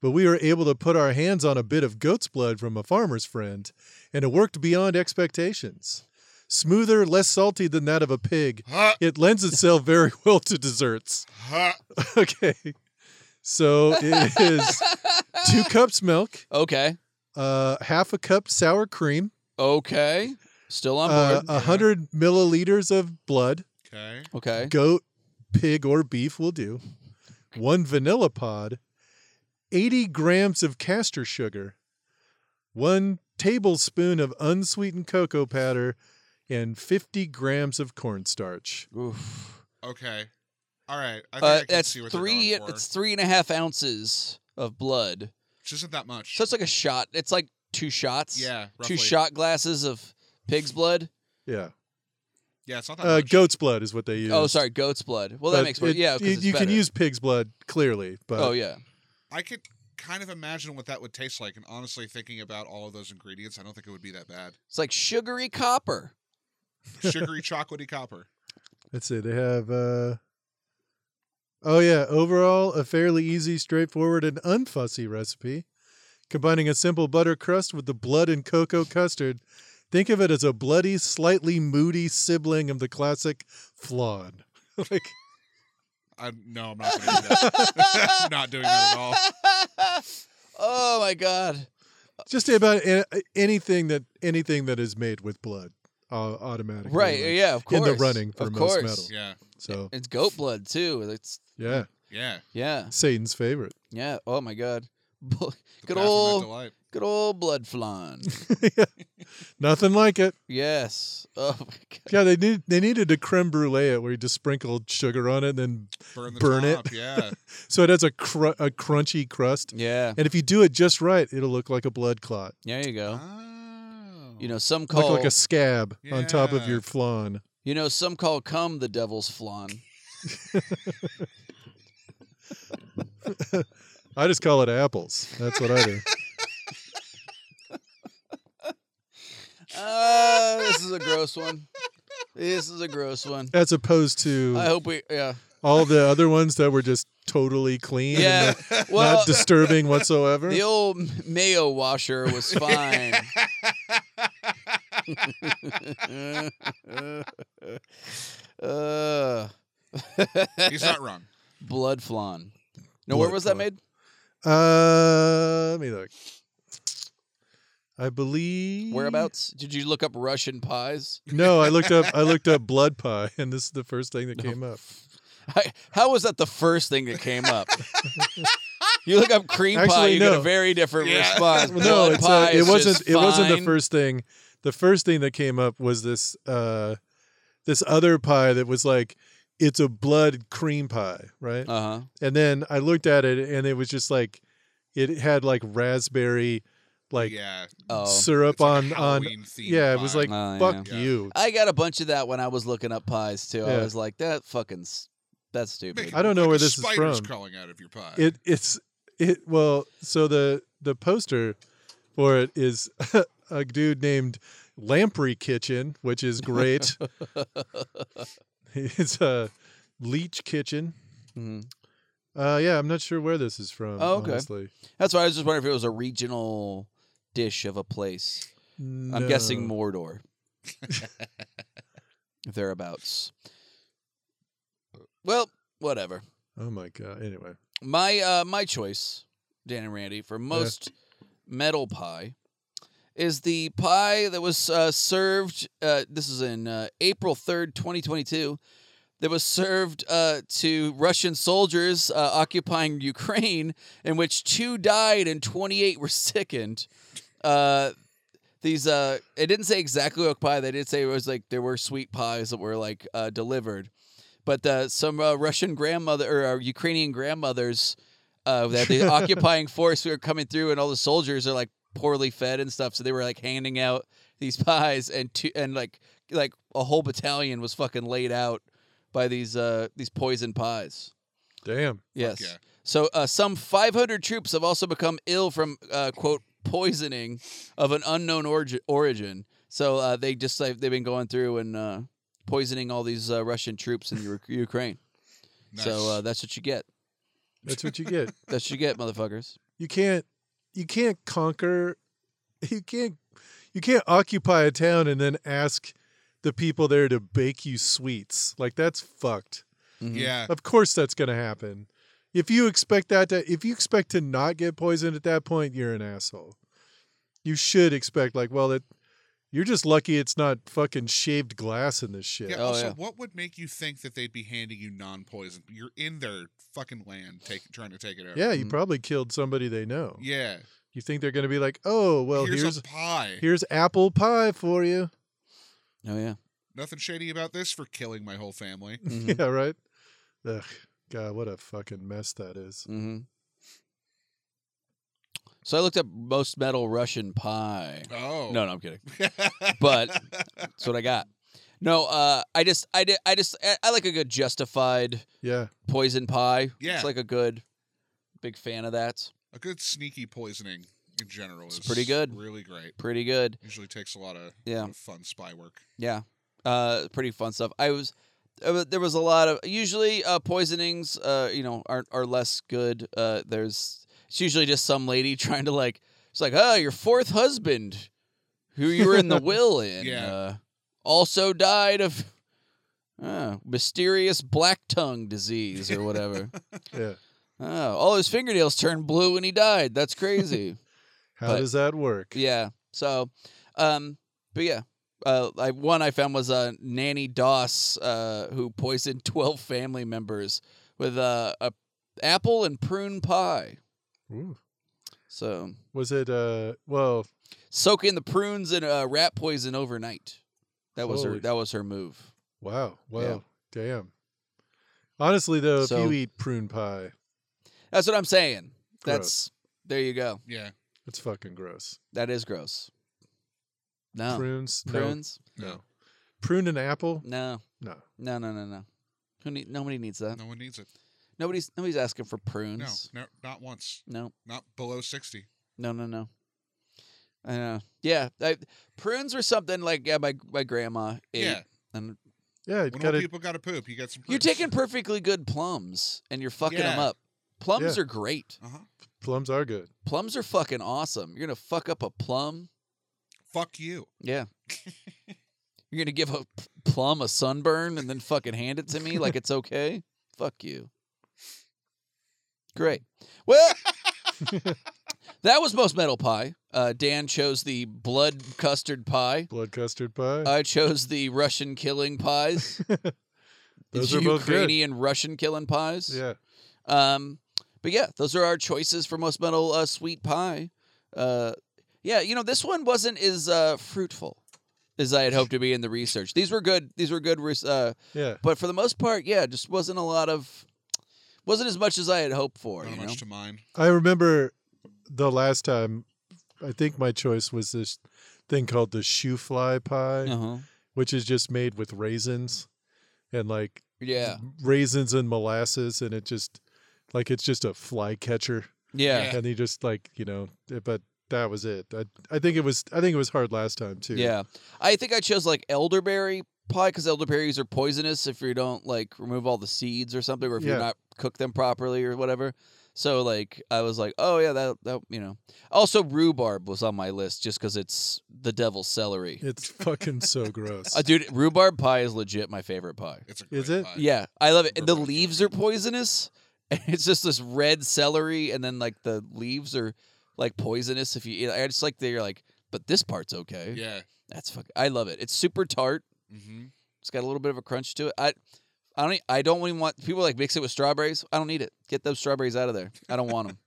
S4: but we were able to put our hands on a bit of goat's blood from a farmer's friend, and it worked beyond expectations. Smoother, less salty than that of a pig,
S5: Ha,
S4: it lends itself very well to desserts.
S5: ha.
S4: Okay. So it is two cups milk,
S3: Okay.
S4: uh, half a cup sour cream,
S3: Okay. Still on
S4: uh,
S3: board.
S4: a 100 milliliters of blood,
S5: Okay.
S3: okay.
S4: goat, pig, or beef will do, one vanilla pod, 80 grams of castor sugar, one tablespoon of unsweetened cocoa powder, and 50 grams of cornstarch.
S3: Oof.
S5: Okay. All right. I think I
S3: Uh,
S5: can
S3: that's
S5: see what
S3: three.
S5: They're going for.
S3: It's three and a half ounces of blood.
S5: Which isn't that much.
S3: So it's like a shot. It's like two shots.
S5: yeah. Roughly.
S3: Two shot glasses of pig's blood.
S4: Yeah.
S5: Yeah. It's not that
S4: Uh,
S5: much.
S4: goat's blood is what they use.
S3: Oh, sorry, goat's blood. Well, that
S4: But
S3: makes more.
S4: it-
S3: Yeah, 'cause
S4: You,
S3: it's
S4: you can
S3: better.
S4: use pig's blood, clearly. But
S3: Oh yeah.
S5: I could kind of imagine what that would taste like, and honestly, thinking about all of those ingredients, I don't think it would be that bad.
S3: It's like sugary copper.
S5: Sugary, chocolatey copper.
S4: Let's see. They have. Uh, oh yeah. Overall, a fairly easy, straightforward, and unfussy recipe, combining a simple butter crust with the blood and cocoa custard. Think of it as a bloody, slightly moody sibling of the classic flan. like
S5: I, no, I'm not going to do that. I'm not doing that at all.
S3: oh my god.
S4: Just about a- anything that anything that is made with blood, uh, automatically.
S3: Right.
S4: like,
S3: Yeah, of
S4: in
S3: course.
S4: the running for
S3: of
S4: most
S3: course.
S4: metal.
S5: Yeah,
S4: So
S3: It's goat blood too. It's
S4: yeah,
S5: yeah.
S3: yeah.
S4: Satan's favorite.
S3: Yeah. Oh my god. Bu-
S5: The
S3: Good
S5: Baphomet
S3: ol'-
S5: delight.
S3: Good old blood flan.
S4: Nothing like it.
S3: yes. Oh my god.
S4: Yeah, they need they needed a creme brulee it where you just sprinkled sugar on it and then
S5: burn the
S4: burn it.
S5: top. Yeah,
S4: so it has a cr- a crunchy crust.
S3: Yeah.
S4: And if you do it just right, it'll look like a blood clot,
S3: There you go.
S5: oh.
S3: You know, some
S4: look
S3: call
S4: like a scab on top of
S5: Yeah.
S4: your flan.
S3: you know, some call cum the devil's flan.
S4: I just call it apples. That's what I do.
S3: Uh, this is a gross one. This is a gross one.
S4: As opposed to
S3: I hope we yeah.
S4: all the other ones that were just totally clean
S3: Yeah.
S4: and not,
S3: Well,
S4: not disturbing whatsoever.
S3: the old mayo washer was fine. uh,
S5: he's not wrong.
S3: blood flan. No,
S4: Blood
S3: where was that
S4: flan.
S3: made?
S4: Uh, let me look. I believe
S3: Whereabouts? Did you look up Russian pies?
S4: No, I looked up I looked up blood pie and this is the first thing that came up.
S3: I, how was that the first thing that came up? you look up cream pie,
S4: Actually,
S3: you get
S4: no.
S3: a very different
S5: Yeah.
S3: response.
S4: Well,
S3: Blood
S4: no, it's
S3: pie
S4: uh, it
S3: is
S4: wasn't
S3: just
S4: it wasn't the
S3: fine.
S4: first thing. The first thing that came up was this uh this other pie that was like it's a blood cream pie, right?
S3: Uh-huh.
S4: and then I looked at it and it was just like it had like raspberry like
S5: yeah,
S3: Oh.
S4: syrup
S5: it's like
S4: on on
S5: Halloween-themed
S4: yeah, it was
S5: vibe.
S4: like
S3: Oh,
S4: fuck
S5: yeah.
S4: you.
S3: I got a bunch of that when I was looking up pies too. I
S4: Yeah.
S3: was like, that fucking s- that's stupid.
S5: Make it
S4: I don't
S5: look
S4: know
S5: like
S4: where
S5: a
S4: this is
S5: spider's
S4: from.
S5: crawling out of your pie.
S4: It it's it well, so the the poster for it is a dude named Lamprey Kitchen, which is great. it's a leech kitchen.
S3: Mhm.
S4: Uh yeah, I'm not sure where this is from,
S3: Oh, okay.
S4: honestly.
S3: That's why I was just wondering if it was a regional dish of a place. I'm guessing
S4: No.
S3: Mordor. Thereabouts. Well, whatever.
S4: Oh my god. Anyway.
S3: My uh my choice, Dan and Randy, for most metal pie is the pie that was uh, served uh, this is in uh, April 3rd, 2022 that was served uh, to Russian soldiers uh, occupying Ukraine in which two died and 28 were sickened. Uh these uh it didn't say exactly what pie they did say it was like there were sweet pies that were like uh delivered but uh, some uh, russian grandmother or uh, ukrainian grandmothers uh that the occupying force were coming through and all the soldiers are like poorly fed and stuff so they were like handing out these pies and two and like like a whole battalion was fucking laid out by these uh these poison pies
S4: Damn.
S3: Yes.
S5: yeah.
S3: So uh, some 500 troops have also become ill from uh, quote poisoning of an unknown orgi- origin. So uh, they just like they've been going through and uh, poisoning all these uh, Russian troops in Ur- Ukraine. So uh, that's what you get.
S4: That's what you get.
S3: That's what you get, motherfuckers.
S4: you can't you can't conquer you can't you can't occupy a town and then ask the people there to bake you sweets like that's fucked
S3: Mhm.
S5: yeah,
S4: of course that's going to happen if you expect that to if you expect to not get poisoned at that point you're an asshole you should expect like well that you're just lucky it's not fucking shaved glass in this shit
S5: yeah.
S3: Oh,
S5: also,
S3: yeah.
S5: what would make you think that they'd be handing you non-poison? You're in their fucking land, take, trying to take it over.
S4: yeah you
S3: Mhm.
S4: probably killed somebody they know
S5: yeah.
S4: you think they're going to be like oh well
S5: here's,
S4: here's
S5: a pie.
S4: here's apple pie for you
S3: Oh yeah.
S5: Nothing shady about this for killing my whole family.
S3: Mhm.
S4: Yeah, right? Ugh, God, what a fucking mess that is.
S3: Mhm. So I looked up most metal Russian pie.
S5: Oh
S3: No, no, I'm kidding. But that's what I got. No, uh, I just, I did, I just, I, I like a good justified
S4: Yeah.
S3: poison pie.
S5: Yeah.
S3: it's like a good, big fan of that.
S5: a good sneaky poisoning in general is
S3: It's pretty good.
S5: Really great.
S3: Pretty good.
S5: Usually takes a lot of
S3: Yeah.
S5: of fun spy work.
S3: Yeah, uh, pretty fun stuff. I was. uh, but There was a lot of usually uh, poisonings, uh, you know, are are less good. Uh, there's it's usually just some lady trying to like, it's like, oh, your fourth husband, who you were in the will in,
S5: Yeah.
S3: uh, also died of Oh, mysterious black tongue disease or whatever.
S4: Yeah.
S3: oh, all his fingernails turned blue when he died. That's crazy.
S4: How
S3: But-
S4: does that work?
S3: yeah. So, um, but yeah. Uh, I, one I found was uh, Nanny Doss, uh, who poisoned 12 family members with uh, a apple and prune pie.
S4: Ooh.
S3: So,
S4: Was it uh well,
S3: soaking the prunes in uh, rat poison overnight. That was her.
S4: Holy-
S3: That was her move.
S4: wow, wow,
S3: Yeah.
S4: damn. Honestly though, if
S3: So-
S4: you eat prune pie,
S3: That's what I'm saying.
S4: Gross.
S3: That's there. You go.
S5: Yeah.
S4: it's fucking gross.
S3: That is gross. No
S4: Prunes, no.
S3: prunes.
S4: No. Prune an apple?
S3: No,
S4: No.
S3: no, no, no, no. Who need, nobody needs that.
S5: No one needs it.
S3: Nobody's nobody's asking for
S5: No,
S3: prunes.
S5: no, not once.
S3: No,
S5: Not below 60.
S3: no, no, no. I know. Yeah, I, prunes were something like yeah, my my grandma ate.
S5: Yeah.
S3: And
S4: Yeah, you
S5: When
S4: gotta
S5: old people got to poop, you got some.
S3: you're
S5: prunes.
S3: taking perfectly good plums and you're fucking them
S5: Yeah.
S3: up. Plums
S4: Yeah.
S3: are great.
S5: Uh-huh.
S4: plums are good.
S3: Plums are fucking awesome. You're gonna fuck up a plum.
S5: Fuck you.
S3: Yeah. You're gonna give a p- plum a sunburn and then fucking hand it to me like it's okay? Fuck you. Great. Well, that was most metal pie. Uh, Dan chose the blood custard pie.
S4: Blood custard pie.
S3: I chose the Russian killing pies.
S4: Those
S3: the
S4: are both good.
S3: Ukrainian Russian killing pies.
S4: yeah.
S3: Um, but yeah, those are our choices for most metal uh, sweet pie. Uh, yeah, you know this one wasn't as uh, fruitful as I had hoped to be in the research. These were good. These were good. res- Uh,
S4: Yeah.
S3: but for the most part, yeah, just wasn't a lot of, wasn't as much as I had hoped for.
S5: Not
S3: You know?
S5: much to mine.
S4: I remember the last time I think my choice was this thing called the shoe fly pie,
S3: Uh-huh.
S4: which is just made with raisins and like
S3: Yeah,
S4: raisins and molasses and it just like it's just a fly catcher
S3: yeah,
S4: and they just like you know eh, but that was it I, I think it was i think it was hard last time too
S3: yeah, I think I chose like elderberry pie because elderberries are poisonous if you don't like remove all the seeds or something, or if
S4: Yeah.
S3: you're not cook them properly or whatever. So like I was like, oh yeah, that that you know. Also, rhubarb was on my list just because it's the devil's celery.
S4: it's fucking so gross
S3: Uh, dude, rhubarb pie is legit my favorite pie.
S5: It's a great
S4: Is it?
S5: pie.
S3: Yeah, I love it. And the
S5: Rhubarb.
S3: leaves are poisonous. And it's just this red celery, and then like the leaves are like poisonous if you eat. I just like they're like, but this part's okay.
S5: Yeah.
S3: That's fuck. I love it. It's super tart.
S5: Mm-hmm.
S3: It's got a little bit of a crunch to it. I, I don't. e- I don't even want people like mix it with strawberries. I don't need it. Get those strawberries out of there. I don't want them.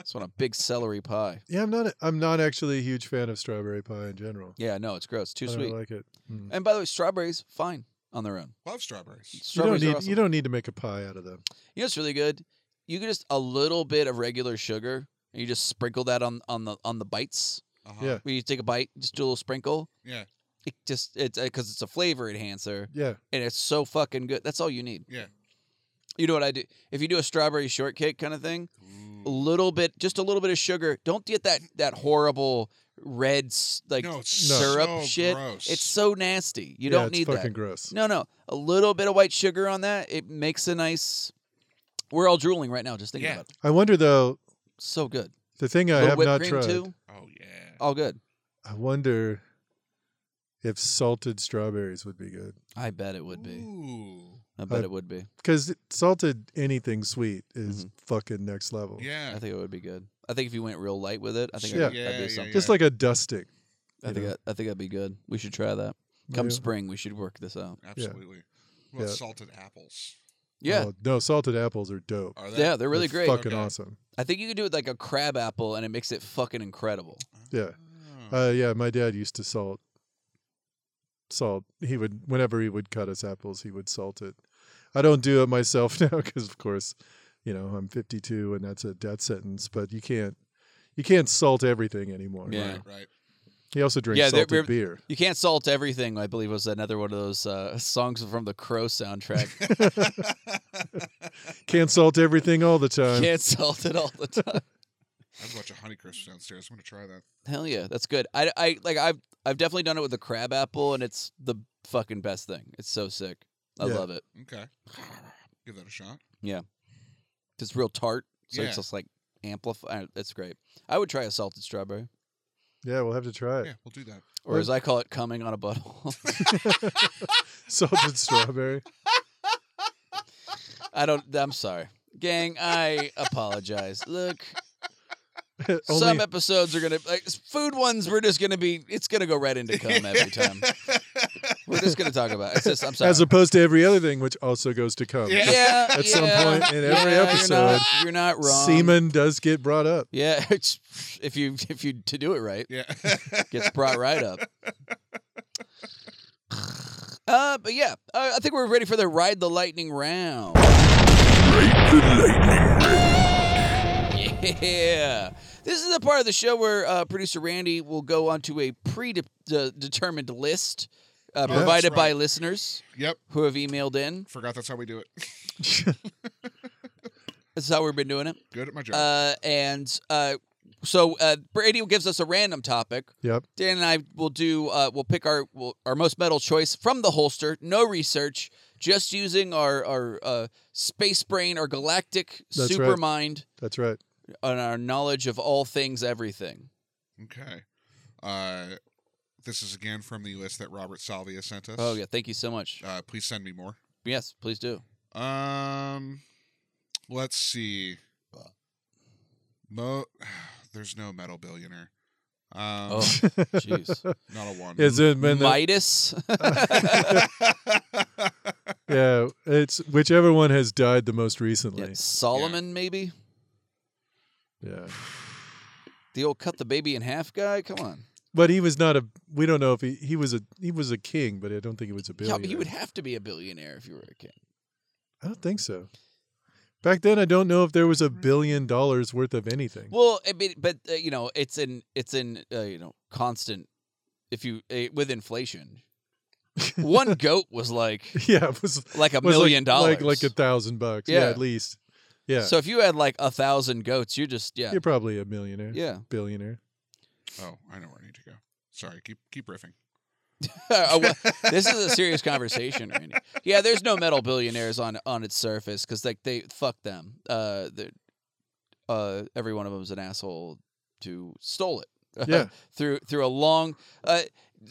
S3: just want a big celery pie.
S4: yeah i'm not i'm not actually a huge fan of strawberry pie in general
S3: Yeah, no, it's gross. Too
S4: i don't
S3: sweet.
S4: like it Mm.
S3: and by the way, strawberries fine on their own.
S5: Love strawberries.
S4: you don't
S3: Strawberries
S4: need
S3: are awesome.
S4: you don't need to make a pie out of them
S3: You know what's really good? You can just a little bit of regular sugar, and you just sprinkle that on on the on the bites.
S5: Uh-huh.
S4: Yeah.
S3: Where you take a bite, just do a little sprinkle.
S5: Yeah.
S3: It just it's because it's a flavor enhancer,
S4: yeah
S3: and it's so fucking good. That's all you need.
S5: Yeah.
S3: You know what I do? If you do a strawberry shortcake kind of thing, a
S5: Mm.
S3: little bit, just a little bit of sugar. Don't get that that horrible red s- like
S5: no, it's
S4: No.
S3: syrup
S5: so
S3: shit.
S5: Gross.
S3: It's so nasty. You
S4: yeah,
S3: don't
S4: it's
S3: need
S4: fucking
S3: that.
S4: gross
S3: No, no. A little bit of white sugar on that. It makes a nice. We're all drooling right now just thinking
S5: Yeah.
S3: about it.
S4: i wonder though
S3: So good.
S4: the thing i
S3: Little
S4: have
S3: whipped
S4: not
S3: cream
S4: tried
S3: too.
S5: Oh yeah.
S3: All good.
S4: i wonder if salted strawberries would be good
S3: I bet it would be.
S5: Ooh.
S3: I bet
S4: I-
S3: it would be.
S4: because salted anything sweet is
S3: Mm-hmm.
S4: fucking next level
S5: Yeah.
S3: I think it would be good. I think if you went real light with it, I think
S4: Sure.
S3: I'd,
S5: Yeah,
S3: I'd do
S5: yeah,
S3: something.
S4: just
S5: yeah.
S4: like a dusting
S3: I
S4: you
S3: think
S4: know.
S3: I, I think that'd be good. We should try that. Come
S4: Yeah.
S3: spring, we should work this out.
S5: Absolutely. What about
S4: Yeah.
S5: salted apples?
S3: Yeah,
S4: Oh, no, salted apples are dope.
S5: Are they?
S3: yeah, they're really great.
S4: Fucking
S5: Okay.
S4: awesome.
S3: I think you could do it with like a crab apple, and it makes it fucking incredible.
S4: Yeah.
S5: Oh.
S4: Uh, yeah, my dad used to salt. Salt. He would whenever he would cut us apples, he would salt it. I don't do it myself now because, of course, you know I'm 52 and that's a death sentence. But you can't, you can't salt everything anymore.
S3: Yeah.
S5: Right, right.
S4: He also drinks
S3: Yeah, there-
S4: salted beer.
S3: You can't salt everything. I believe was another one of those uh, songs from the Crow soundtrack.
S4: Can't salt everything all the time.
S3: can't salt it all the time.
S5: I'd watch a Honeycrisp downstairs. I'm gonna try that.
S3: Hell yeah, that's good. I, I like I've I've definitely done it with the crab apple, and it's the fucking best thing. It's so sick. I
S4: Yeah.
S3: love it.
S5: Okay. Give that a shot.
S3: It's real tart, so
S5: Yeah.
S3: it's just like amplify. It's great. I would try a salted strawberry,
S4: Yeah, we'll have to try it.
S5: Yeah, we'll do that.
S3: or
S4: Or-
S3: as I call it, coming on a butthole.
S4: Salted strawberry.
S3: I don't. I'm sorry, gang. I apologize. Look,
S4: Only
S3: some episodes are gonna like food ones. We're just gonna be. It's gonna go right into cum every time. We're just gonna talk about. It. It's just. I'm sorry.
S4: as opposed to every other thing, which also goes to come.
S5: Yeah.
S3: yeah,
S4: at some
S3: yeah,
S4: point in every
S3: yeah, You're
S4: episode,
S3: not, you're not wrong.
S4: Semen does get brought up.
S3: Yeah, it's, if you if you to do it right,
S5: Yeah.
S3: gets brought right up. Uh, but yeah, uh, I think we're ready for the ride the lightning round.
S1: Rate the lightning
S3: Yeah. This is the part of the show where uh, producer Randy will go onto a predetermined list uh,
S5: that's
S3: provided by
S5: right.
S3: listeners
S5: yep.
S3: who have emailed in.
S5: Forgot that's how we do it.
S3: This is how we've been doing it.
S5: Good at my job.
S3: Uh, and uh, so uh, Brady gives us a random topic.
S4: Yep.
S3: Dan and I will do. Uh, we'll pick our we'll, our most metal choice from the holster. No research, just using our our uh, space brain, our galactic
S4: That's
S3: super
S4: right.
S3: mind,
S4: That's right.
S3: and our knowledge of all things, everything.
S5: okay. Uh, this is again from the list that Robert Salvia sent us.
S3: Oh yeah, thank you so much.
S5: Uh, please send me more.
S3: Yes, please do.
S5: Um, let's see. Mo, there's no metal billionaire. Um,
S3: Oh, jeez.
S5: not a one.
S4: Is it been the-
S3: Midas.
S4: yeah, it's whichever one has died the most recently.
S3: Yeah, Solomon, maybe
S4: Yeah.
S3: the old cut the baby in half guy. Come on,
S4: But he was not a we don't know if he, he was a he was a king, but I don't think he was a
S3: yeah,
S4: billionaire.
S3: but you would have to be a billionaire if you were a king.
S4: I don't think so. Back then I don't know if there was a billion dollars worth of anything.
S3: Well, I mean, but uh, you know, it's in it's in uh, you know constant. If you uh, with inflation, one goat was like
S4: yeah, it was
S3: like a
S4: was like-
S3: million dollars.
S4: Like like a thousand bucks. Yeah,
S3: Yeah.
S4: at least. Yeah.
S3: So if you had like a thousand goats, you just yeah
S4: You're probably a millionaire.
S3: yeah.
S4: Billionaire.
S5: oh, I know where I need to go. Sorry, keep keep riffing.
S3: Uh, well, this is a serious conversation, Randy. Yeah, there's no metal billionaires on on its surface because like they fuck them. Uh, they're- uh, every one of them is an asshole to stole it.
S4: Yeah.
S3: through through a long uh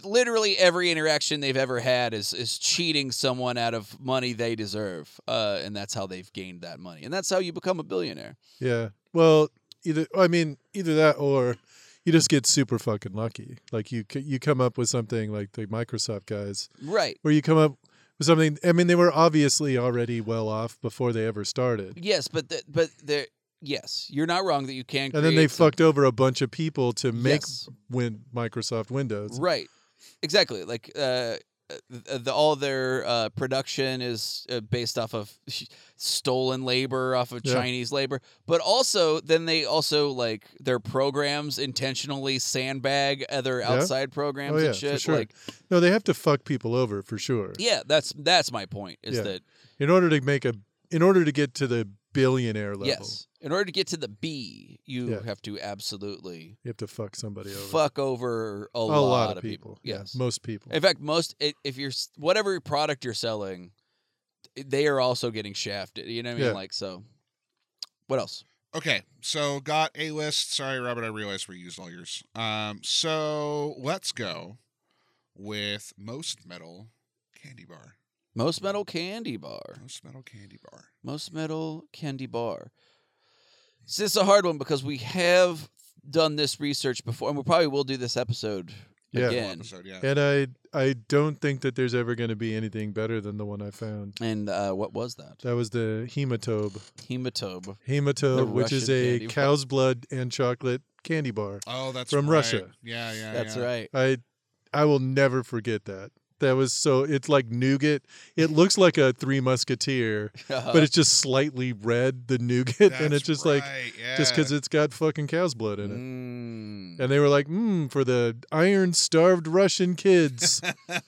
S3: literally every interaction they've ever had is is cheating someone out of money they deserve uh and that's how they've gained that money and that's how you become a billionaire
S4: Yeah. Well, either I mean either that or you just get super fucking lucky. Like you c- you come up with something like the Microsoft guys,
S3: right
S4: where you come up with something. I mean, they were obviously already well off before they ever started,
S3: yes but th- but there yes you're not wrong that you can
S4: and then they
S3: create some-
S4: fucked over a bunch of people to make
S3: Yes.
S4: win Microsoft Windows.
S3: right exactly like uh uh, the, all their uh, production is uh, based off of stolen labor, off of
S4: Yeah.
S3: Chinese labor, but also then they also like their programs intentionally sandbag other
S4: Yeah.
S3: outside programs
S4: Oh yeah,
S3: and shit.
S4: for sure.
S3: Like,
S4: no, they have to fuck people over for sure.
S3: yeah, that's that's my point. Is
S4: Yeah.
S3: that
S4: In order to make a, in order to get to the billionaire level,
S3: yes, in order to get to the B, you
S4: Yeah.
S3: have to absolutely
S4: you have to fuck somebody over.
S3: fuck over a,
S4: a
S3: lot, of people.
S4: Yeah,
S3: Yes,
S4: most people.
S3: In fact, most i- if you're s- whatever product you're selling, they are also getting shafted. You know what I mean?
S4: Yeah.
S3: Like so. What else?
S5: Okay, so got a list. Sorry, Robert, I realized we used all yours. Um, so let's go with most metal candy bar.
S3: Most metal candy bar.
S5: Most metal candy bar.
S3: Most metal candy bar. So this is a hard one because we have done this research before, and we probably will do this episode
S4: Yeah.
S5: Full
S3: again.
S5: episode, yeah.
S4: And I I don't think that there's ever going to be anything better than the one I found.
S3: And uh, what was that?
S4: That was the hematobe.
S3: Hematobe.
S4: Hematobe,
S3: The
S4: which is
S3: Russian
S4: a
S3: candy bar.
S4: cow's blood and chocolate candy bar.
S5: Oh, that's
S4: From
S5: right.
S4: Russia.
S5: Yeah, yeah.
S3: That's
S5: yeah.
S3: right.
S4: I I will never forget that. That was so it's like nougat. It looks like a three musketeer, but it's just slightly red the nougat and it's just like
S5: right, yeah.
S4: just cuz it's got fucking cow's blood in it.
S3: Mm,
S4: And they were like, "Mmm, for the iron-starved Russian kids,
S3: Mm,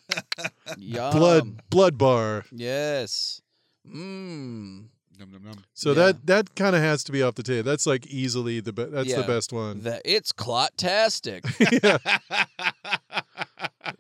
S3: yum. Um.
S4: blood blood bar."
S3: Yes. Mmm.
S5: Num, num, num.
S4: So
S3: Yeah.
S4: that that kind of has to be off the table. That's like easily the be- that's the
S3: Yeah.
S4: best one.
S3: That it's clot-tastic.
S4: yeah,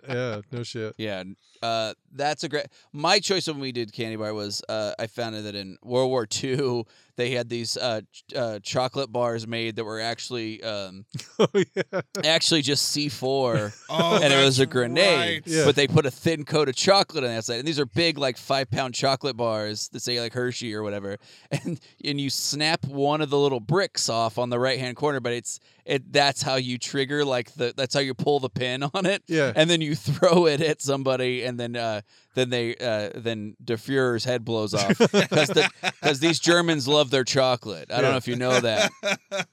S4: yeah, no shit.
S3: Yeah, n- uh, that's a great. My choice when we did Candy Bar was uh, I found out that in World War II they had these uh, ch- uh, chocolate bars made that were actually um,
S4: oh yeah.
S3: actually just C4,
S5: Oh,
S3: and it was a
S5: that's
S3: grenade.
S5: right.
S4: Yeah.
S3: But they put a thin coat of chocolate on that side, and these are big, like five pound chocolate bars that say like Hershey or whatever, and and you snap one of the little bricks off on the right hand corner, but it's it that's how you trigger like the that's how you pull the pin on it,
S4: Yeah.
S3: and then you throw it at somebody, and then uh, then they uh, then Defurer's head blows off because these Germans love their chocolate. I don't
S4: Yeah.
S3: know if you know that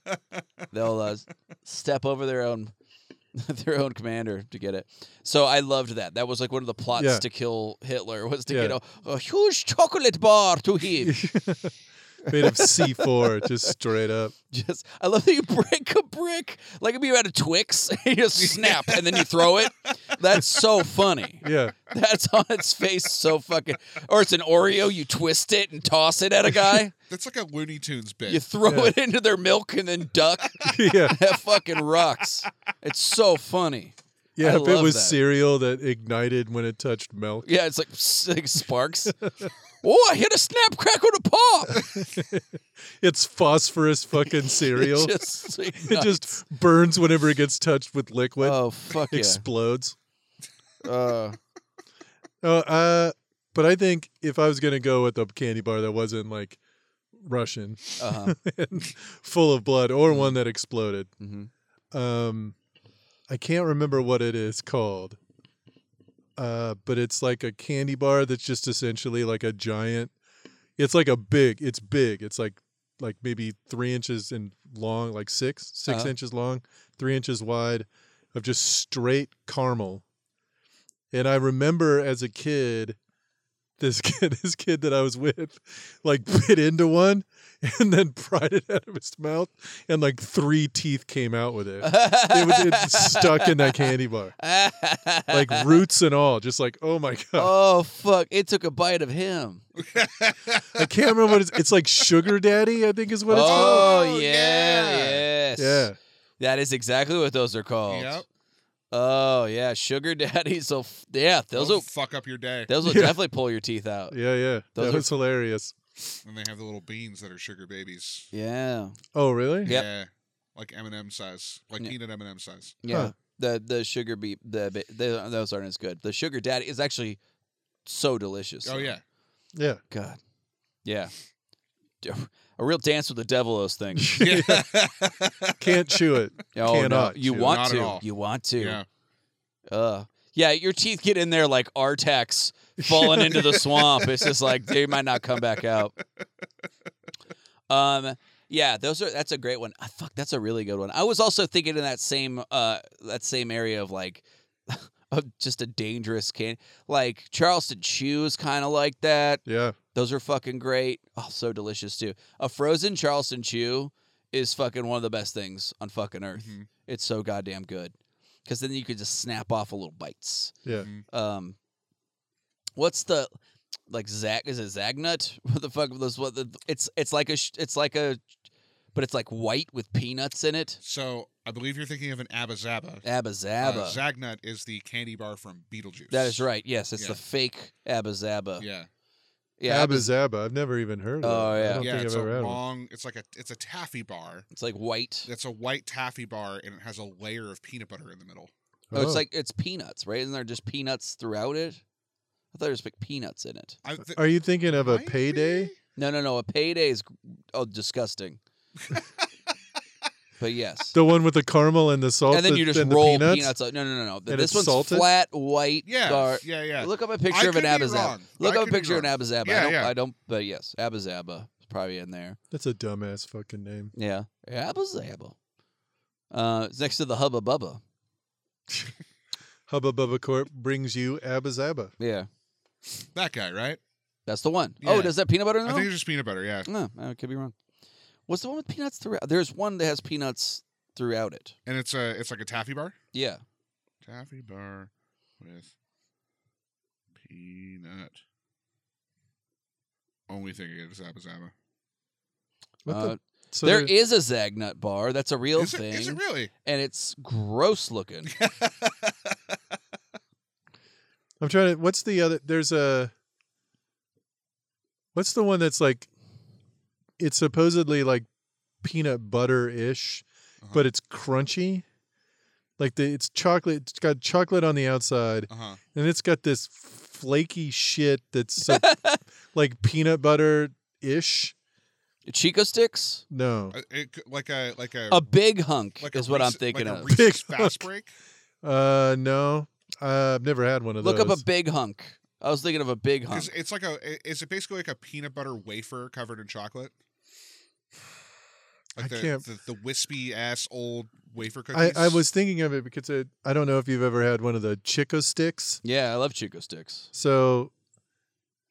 S3: they'll uh, s- step over their own their own commander to get it. So I loved that. That was like one of the plots
S4: Yeah.
S3: to kill Hitler was to
S4: Yeah.
S3: get a, a huge chocolate bar to him.
S4: Made of C4, just straight up.
S3: just I love that you break a brick like if you had a Twix, you just snap and then you throw it. That's so funny.
S4: Yeah.
S3: That's on its face so fucking. Or it's an Oreo, you twist it and toss it at a guy.
S5: That's like a Looney Tunes bit.
S3: You throw
S4: Yeah.
S3: it into their milk and then duck.
S4: Yeah.
S3: That fucking rocks. It's so funny.
S4: Yeah,
S3: I
S4: if it
S3: love
S4: was
S3: that.
S4: cereal that ignited when it touched milk.
S3: Yeah, it's like, s- like sparks. oh, I hit a snap crackle to pop.
S4: It's phosphorus fucking cereal.
S3: It just,
S4: it just burns whenever it gets touched with liquid.
S3: oh fuck yeah.
S4: explodes.
S3: Uh,
S4: Oh, uh, but I think if I was gonna go with a candy bar that wasn't like Russian
S3: uh-huh.
S4: and full of blood, or
S3: Mm-hmm.
S4: one that exploded,
S3: Mhm.
S4: um, I can't remember what it is called. Uh, but it's like a candy bar that's just essentially like a giant. It's like a big. It's big. It's like like maybe three inches and long, like six six
S3: Uh-huh.
S4: inches long, three inches wide, of just straight caramel. And I remember as a kid, this kid, this kid that I was with, like bit into one and then pried it out of his mouth, and like three teeth came out with it. It was it stuck in that candy bar, like roots and all. Just like, oh my god,
S3: Oh fuck! It took a bite of him.
S4: I can't remember what it's. It's like sugar daddy, I think is what it's called.
S3: oh
S5: called.
S3: yeah,
S5: Yeah.
S3: yes,
S4: Yeah,
S3: That is exactly what those are called.
S5: Yep.
S3: Oh yeah, sugar daddies. So f- yeah, those
S5: They'll
S3: will
S5: fuck up your day.
S3: those will
S4: Yeah.
S3: definitely pull your teeth out.
S4: yeah, yeah.
S3: Those
S4: that
S3: are-
S4: was hilarious.
S5: And they have the little beans that are sugar babies.
S3: Yeah,
S4: Oh really?
S3: Yep.
S5: Yeah. Like M&M size. Like
S3: Yeah.
S5: peanut M&M size.
S3: yeah.
S4: Huh.
S3: The the sugar beet the, the those aren't as good. The sugar daddy is actually so delicious.
S5: Oh,
S3: though.
S5: yeah.
S4: Yeah.
S3: God. Yeah. A real dance with the devil, those things.
S5: Yeah.
S4: Can't chew it.
S3: Oh,
S4: Cannot
S3: no. You
S4: chew.
S3: want
S5: Not at
S3: to.
S5: all.
S3: You want to.
S5: yeah.
S3: Ugh. Yeah, your teeth get in there like Artex falling into the swamp. It's just like they might not come back out. Um, yeah, those are that's a great one. Ah, fuck, that's a really good one. I was also thinking in that same uh that same area of like of just a dangerous can like Charleston Chews kind of like that.
S4: Yeah.
S3: Those are fucking great. Oh, so delicious too. A frozen Charleston chew is fucking one of the best things on fucking earth.
S5: Mhm.
S3: It's so goddamn good. Cause then you could just snap off a little bites.
S4: Yeah.
S5: Mm-hmm.
S3: Um what's the like Zag is it Zagnut? What the fuck was what the it's it's like a sh- it's like a but it's like white with peanuts in it.
S5: So I believe you're thinking of an Abba Zaba.
S3: Abba Zaba.
S5: Uh, Zagnut is the candy bar from Beetlejuice.
S3: that is right. Yes, it's
S5: Yeah.
S3: the fake Abba Zaba. Yeah,
S5: Yeah.
S4: Abba Zaba. I've never even heard of
S3: Oh,
S4: it.
S3: yeah.
S4: I don't
S5: yeah.
S4: think
S5: It's
S4: I've
S5: a
S4: ever had one.
S5: long, it's like a, it's a taffy bar.
S3: it's like white.
S5: It's a white taffy bar and it has a layer of peanut butter in the middle.
S3: Oh,
S4: Oh.
S3: it's like it's peanuts, right? Isn't there just peanuts throughout it? I thought there was like peanuts in it.
S5: I, th-
S4: Are you thinking of a
S5: might
S4: payday?
S5: be?
S3: No, no, no. A payday is gr- oh disgusting. but yes,
S4: The one with the caramel and the salt,
S3: and then
S4: the-
S3: you just
S4: and the
S3: roll
S4: peanuts?
S3: peanuts. out. No, no, no, no.
S4: And
S3: this
S4: it's
S3: one's
S4: salted?
S3: flat white.
S5: Yeah.
S3: gar-
S5: Yeah. Yeah.
S3: Look up a
S5: I
S3: picture of
S5: could
S3: an
S5: be
S3: abazaba.
S5: wrong.
S3: Look
S5: I
S3: up a
S5: could be
S3: picture of an
S5: wrong.
S3: abazaba. I
S5: Yeah,
S3: don't.
S5: yeah.
S3: I don't. But yes, abazaba is probably in there.
S4: That's a dumbass fucking name.
S3: Yeah, abazaba. Uh, it's next to the hubba bubba.
S4: Hubba Bubba Corp brings you Abba Zaba.
S3: Yeah,
S5: That guy, right?
S3: that's the one. Oh,
S5: Yeah.
S3: does that peanut butter in
S5: I
S3: there?
S5: think it's just peanut butter. Yeah.
S3: No, I could be wrong. What's the one with peanuts throughout? There's one that has peanuts throughout it.
S5: And it's a, it's like a taffy bar.
S3: Yeah.
S5: Taffy bar with peanut. Only thing I get is Abba Zaba.
S4: What
S3: Uh,
S4: the? So
S3: there
S4: there-
S3: is a Zagnut bar. That's a real
S5: Is it,
S3: thing.
S5: is it really?
S3: And it's gross looking.
S4: I'm trying to. What's the other? There's a. What's the one that's like it's supposedly like peanut butter ish,
S5: Uh-huh.
S4: but it's crunchy. Like the it's chocolate. It's got chocolate on the outside,
S5: Uh huh.
S4: and it's got this flaky shit that's so, like peanut butter ish.
S3: Chico sticks?
S4: No,
S5: Uh, Like a like a
S3: A big hunk
S5: like a
S3: is what I'm
S5: Reese-
S3: thinking
S5: like a
S3: of.
S5: Reese's
S4: Big
S5: fast
S4: fuck.
S5: break.
S4: uh, no, Uh, I've never had one of
S3: Look
S4: those.
S3: up a big hunk. I was thinking of a big
S5: Because
S3: hunk.
S5: it's like a, i- is it basically like a peanut butter wafer covered in chocolate? Like
S4: I
S5: the,
S4: can't-
S5: The, the wispy ass old wafer
S4: I,
S5: cookies.
S4: I was thinking of it because it, I don't know if you've ever had one of the Chico sticks.
S3: Yeah, I love Chico sticks.
S4: So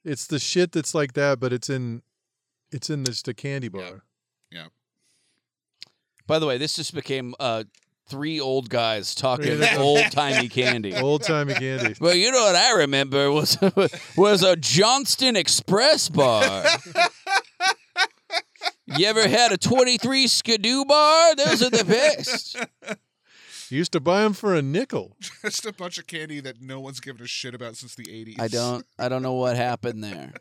S4: it's the shit that's like that, but it's in it's in just a candy bar.
S3: By the way, this just became uh, three old guys talking
S4: Yeah.
S3: old timey candy.
S4: Old timey candy.
S3: Well, you know what I remember was was a Johnston Express bar. You ever had a 23 Skidoo bar? Those are the best.
S4: You used to buy them for a nickel.
S5: just a bunch of candy that no one's given a shit about since the eighties.
S3: I don't I don't know what happened there.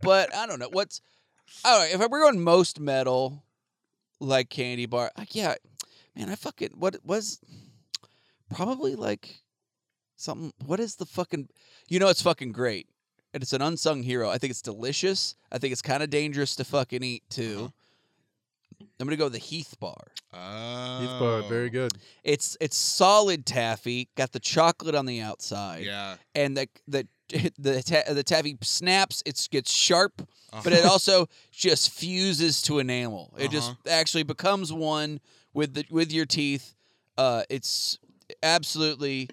S3: But I don't know what's all right, if we're going most metal like candy bar, like yeah, man, I fucking what was probably like something what is the fucking you know it's fucking great. And it's an unsung hero. I think it's delicious. I think it's kind of dangerous to fucking eat too. I'm gonna go with the Heath bar.
S5: Oh,
S4: Heath bar, very good.
S3: It's it's solid taffy, got the chocolate on the outside.
S5: Yeah,
S3: and the the the ta- the taffy snaps. It gets sharp,
S5: uh-huh.
S3: but it also just fuses to enamel. It just
S5: Uh-huh.
S3: actually becomes one with the with your teeth. Uh, it's absolutely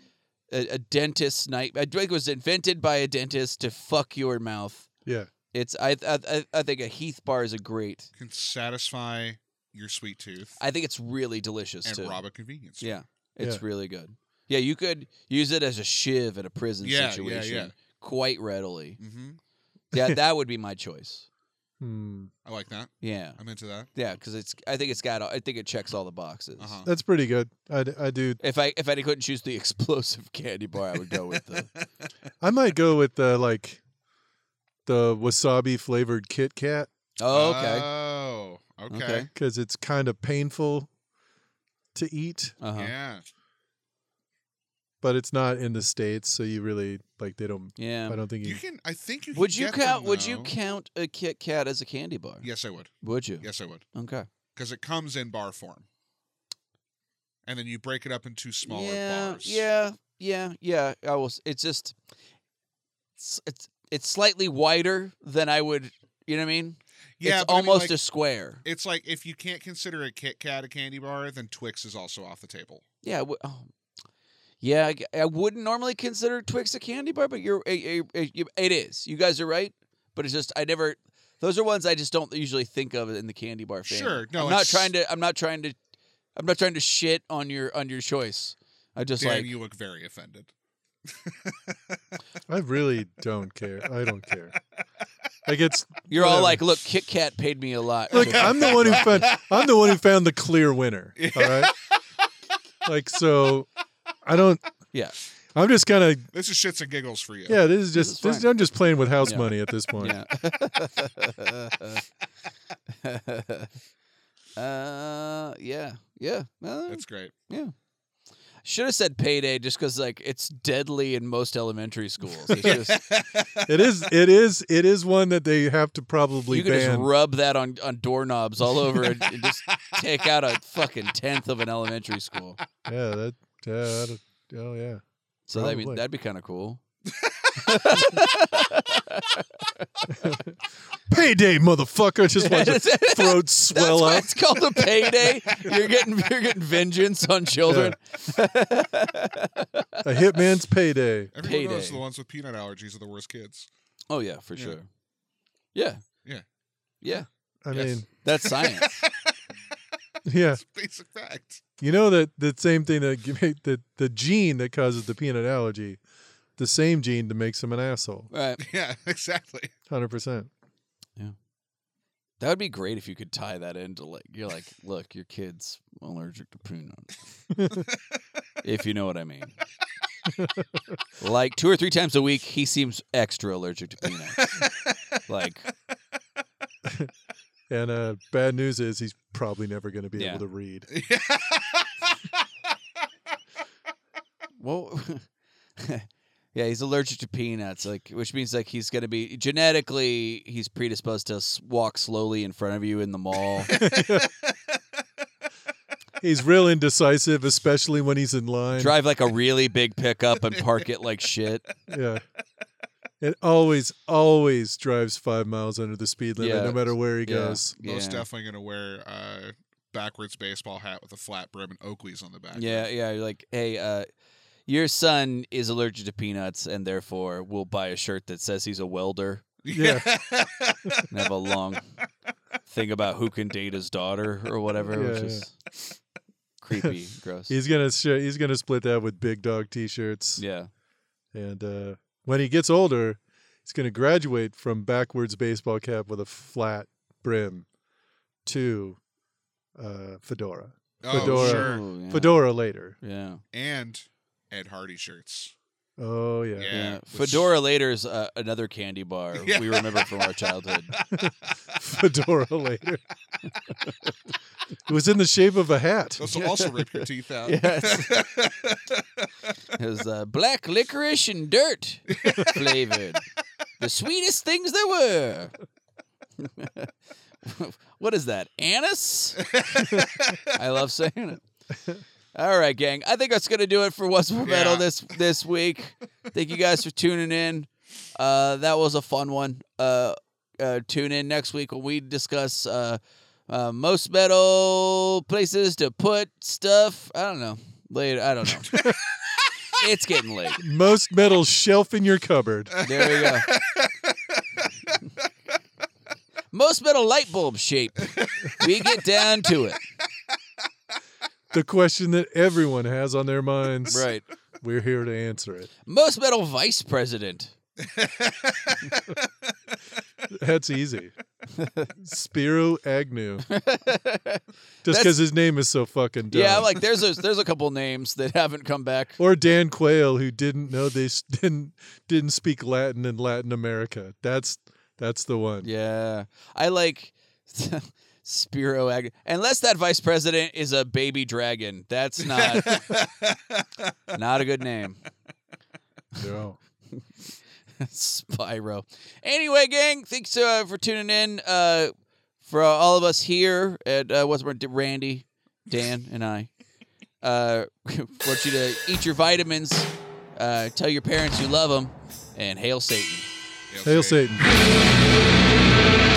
S3: a, a dentist's night. I think it was invented by a dentist to fuck your mouth.
S4: Yeah.
S3: It's I I I- I think a Heath bar is a great.
S5: can satisfy your sweet tooth
S3: I think it's really delicious
S5: and
S3: too.
S5: rob a convenience. store.
S3: Yeah, it's
S4: Yeah.
S3: really good. Yeah, you could use it as a shiv at a prison
S5: Yeah, yeah,
S3: situation
S5: yeah.
S3: quite readily.
S5: Mhm.
S3: Yeah, that would be my choice.
S4: Hmm.
S5: I like that.
S3: Yeah,
S5: I'm into that.
S3: yeah, because it's. I think it's got. I think it checks all the boxes.
S5: Uh-huh.
S4: That's pretty good. I, d- I do.
S3: If I if I couldn't choose the explosive candy bar, I would go with the.
S4: I might go with the like the wasabi flavored Kit Kat
S3: Oh, okay.
S5: Oh, okay.
S3: Okay.
S4: because it's kind of painful to eat,
S3: Uh-huh. Yeah.
S5: Yeah.
S4: but it's not in the states, so you really like they don't. I don't think
S5: You
S4: you.
S5: can. I think you. Can
S3: Would you
S5: get them,
S3: count? Would you
S5: though.
S3: count a Kit Kat as a candy bar?
S5: Yes, I would.
S3: Would you?
S5: Yes, I would.
S3: Okay.
S5: Because it comes in bar form, and then you break it up into smaller
S3: yeah,
S5: bars.
S3: Yeah. Yeah. Yeah. I will. s- It's just. It's, it's it's slightly wider than I would. You know what I mean?
S5: Yeah.
S3: It's
S5: but I mean,
S3: almost
S5: like,
S3: a square.
S5: It's like if you can't consider a Kit Kat a candy bar, then Twix is also off the table.
S3: Yeah. w- Oh. Yeah, I g- I, wouldn't normally consider Twix a candy bar, but you're a- a- a- you- it is. You guys are right, but it's just I never. Those are ones I just don't usually think of in the candy bar family.
S5: Sure, no,
S3: I'm not
S5: it's-
S3: trying to. I'm not trying to. I'm not trying to shit on your on your choice. I just
S5: Dan,
S3: like
S5: you look very offended.
S4: I really don't care. I don't care. Like it's
S3: you're all
S4: whatever.
S3: like, look, Kit Kat paid me a lot.
S4: Look,
S3: to-
S4: I'm the one who found I'm the one who found the clear winner. All right. Like so I don't
S3: Yeah.
S4: I'm just kind of
S5: This is shits and giggles for you.
S4: yeah. This is
S3: This
S4: just
S3: is
S4: this
S3: fine.
S4: I'm just playing with house
S3: Yeah.
S4: money at this point.
S3: Yeah. uh, yeah, yeah. Uh,
S5: That's great.
S3: Should have said payday just because like it's deadly in most elementary schools. It's just,
S4: It is it is it is one that they have to probably
S3: you could just
S4: ban.
S3: rub that on on doorknobs all over and, and just take out a fucking tenth of an elementary school.
S4: yeah, that yeah, I don't- oh yeah.
S3: So I mean
S4: Probably.
S3: that'd be kind of cool.
S4: Payday, motherfucker! Just watch your
S3: That's
S4: throat swell
S3: why
S4: up.
S3: it's called a payday. You're getting you're getting vengeance on children.
S4: A hitman's payday.
S5: Everyone knows
S3: Payday.
S5: the ones with peanut allergies are the worst kids.
S3: Oh yeah, for
S5: Yeah.
S3: sure. Yeah.
S5: Yeah.
S3: Yeah.
S4: I
S5: Yes.
S4: mean,
S3: That's science.
S4: yeah,
S5: It's a basic fact.
S4: you know that the same thing that gi- make the the gene that causes the peanut allergy, the same gene that makes him an asshole.
S3: right.
S5: Yeah, exactly.
S4: Hundred percent.
S3: That would be great if you could tie that into like you're like, look, your kid's allergic to peanuts. if you know what I mean. like two or three times a week, he seems extra allergic to peanuts. like
S4: And uh, bad news is he's probably never going to be
S3: Yeah.
S4: able to read.
S3: Well, yeah, he's allergic to peanuts, like which means like he's gonna be genetically he's predisposed to s- walk slowly in front of you in the mall.
S4: He's real indecisive, especially when he's in line.
S3: drive like a really big pickup and park it like shit.
S4: Yeah. It always, always drives five miles under the speed limit,
S3: Yeah.
S4: no matter where he
S3: Yeah.
S4: goes.
S5: Most
S3: yeah.
S5: definitely gonna wear uh backwards baseball hat with a flat brim and Oakleys on the back.
S3: Yeah, yeah. You're like, hey, uh, your son is allergic to peanuts and therefore will buy a shirt that says he's a welder
S5: Yeah.
S3: and have a long thing about who can date his daughter or whatever, which
S4: Yeah,
S3: is creepy, and gross.
S4: He's gonna, sh- he's gonna split that with big dog T-shirts.
S3: yeah.
S4: And uh, when he gets older, he's going to graduate from backwards baseball cap with a flat brim to uh, fedora.
S5: oh,
S4: Fedora.
S5: sure.
S3: Ooh, yeah.
S4: Fedora later.
S3: Yeah.
S5: And Ed Hardy shirts.
S4: Oh yeah.
S5: Yeah.
S3: Yeah.
S5: which-
S3: Fedora Later's uh, another candy bar
S5: Yeah.
S3: we remember from our childhood.
S4: fedora later. it was in the shape of a hat.
S5: Those will also rip your teeth out.
S3: Yes. It was uh, black licorice and dirt flavored. The sweetest things there were. what is that? Anise? I love saying it. All right, gang. I think that's gonna do it for What's for Metal
S5: Yeah.
S3: this this week. Thank you guys for tuning in. Uh, that was a fun one. Uh, uh, tune in next week when we discuss uh, uh, most metal places to put stuff. I don't know. Later, I don't know. it's getting late.
S4: Most metal shelf in your cupboard.
S3: There we go. most metal light bulb shape. We get down to it.
S4: The question that everyone has on their minds.
S3: Right.
S4: We're here to answer it.
S3: Most metal vice president.
S4: That's easy. Spiro Agnew. Just because his name is so fucking dumb.
S3: Yeah, like there's a there's a couple names that haven't come back.
S4: or Dan Quayle, who didn't know they s- didn't didn't speak Latin in Latin America. That's that's the one.
S3: Yeah, I like Spiro Agnew. Unless that vice president is a baby dragon, that's not not a good name.
S4: No.
S3: Spyro. Anyway, gang, thanks uh, for tuning in. Uh, for uh, all of us here at uh, what's my Randy, Dan, and I, uh, want you to eat your vitamins. Uh, tell your parents you love them, and hail Satan.
S4: Hail Satan.
S5: Satan.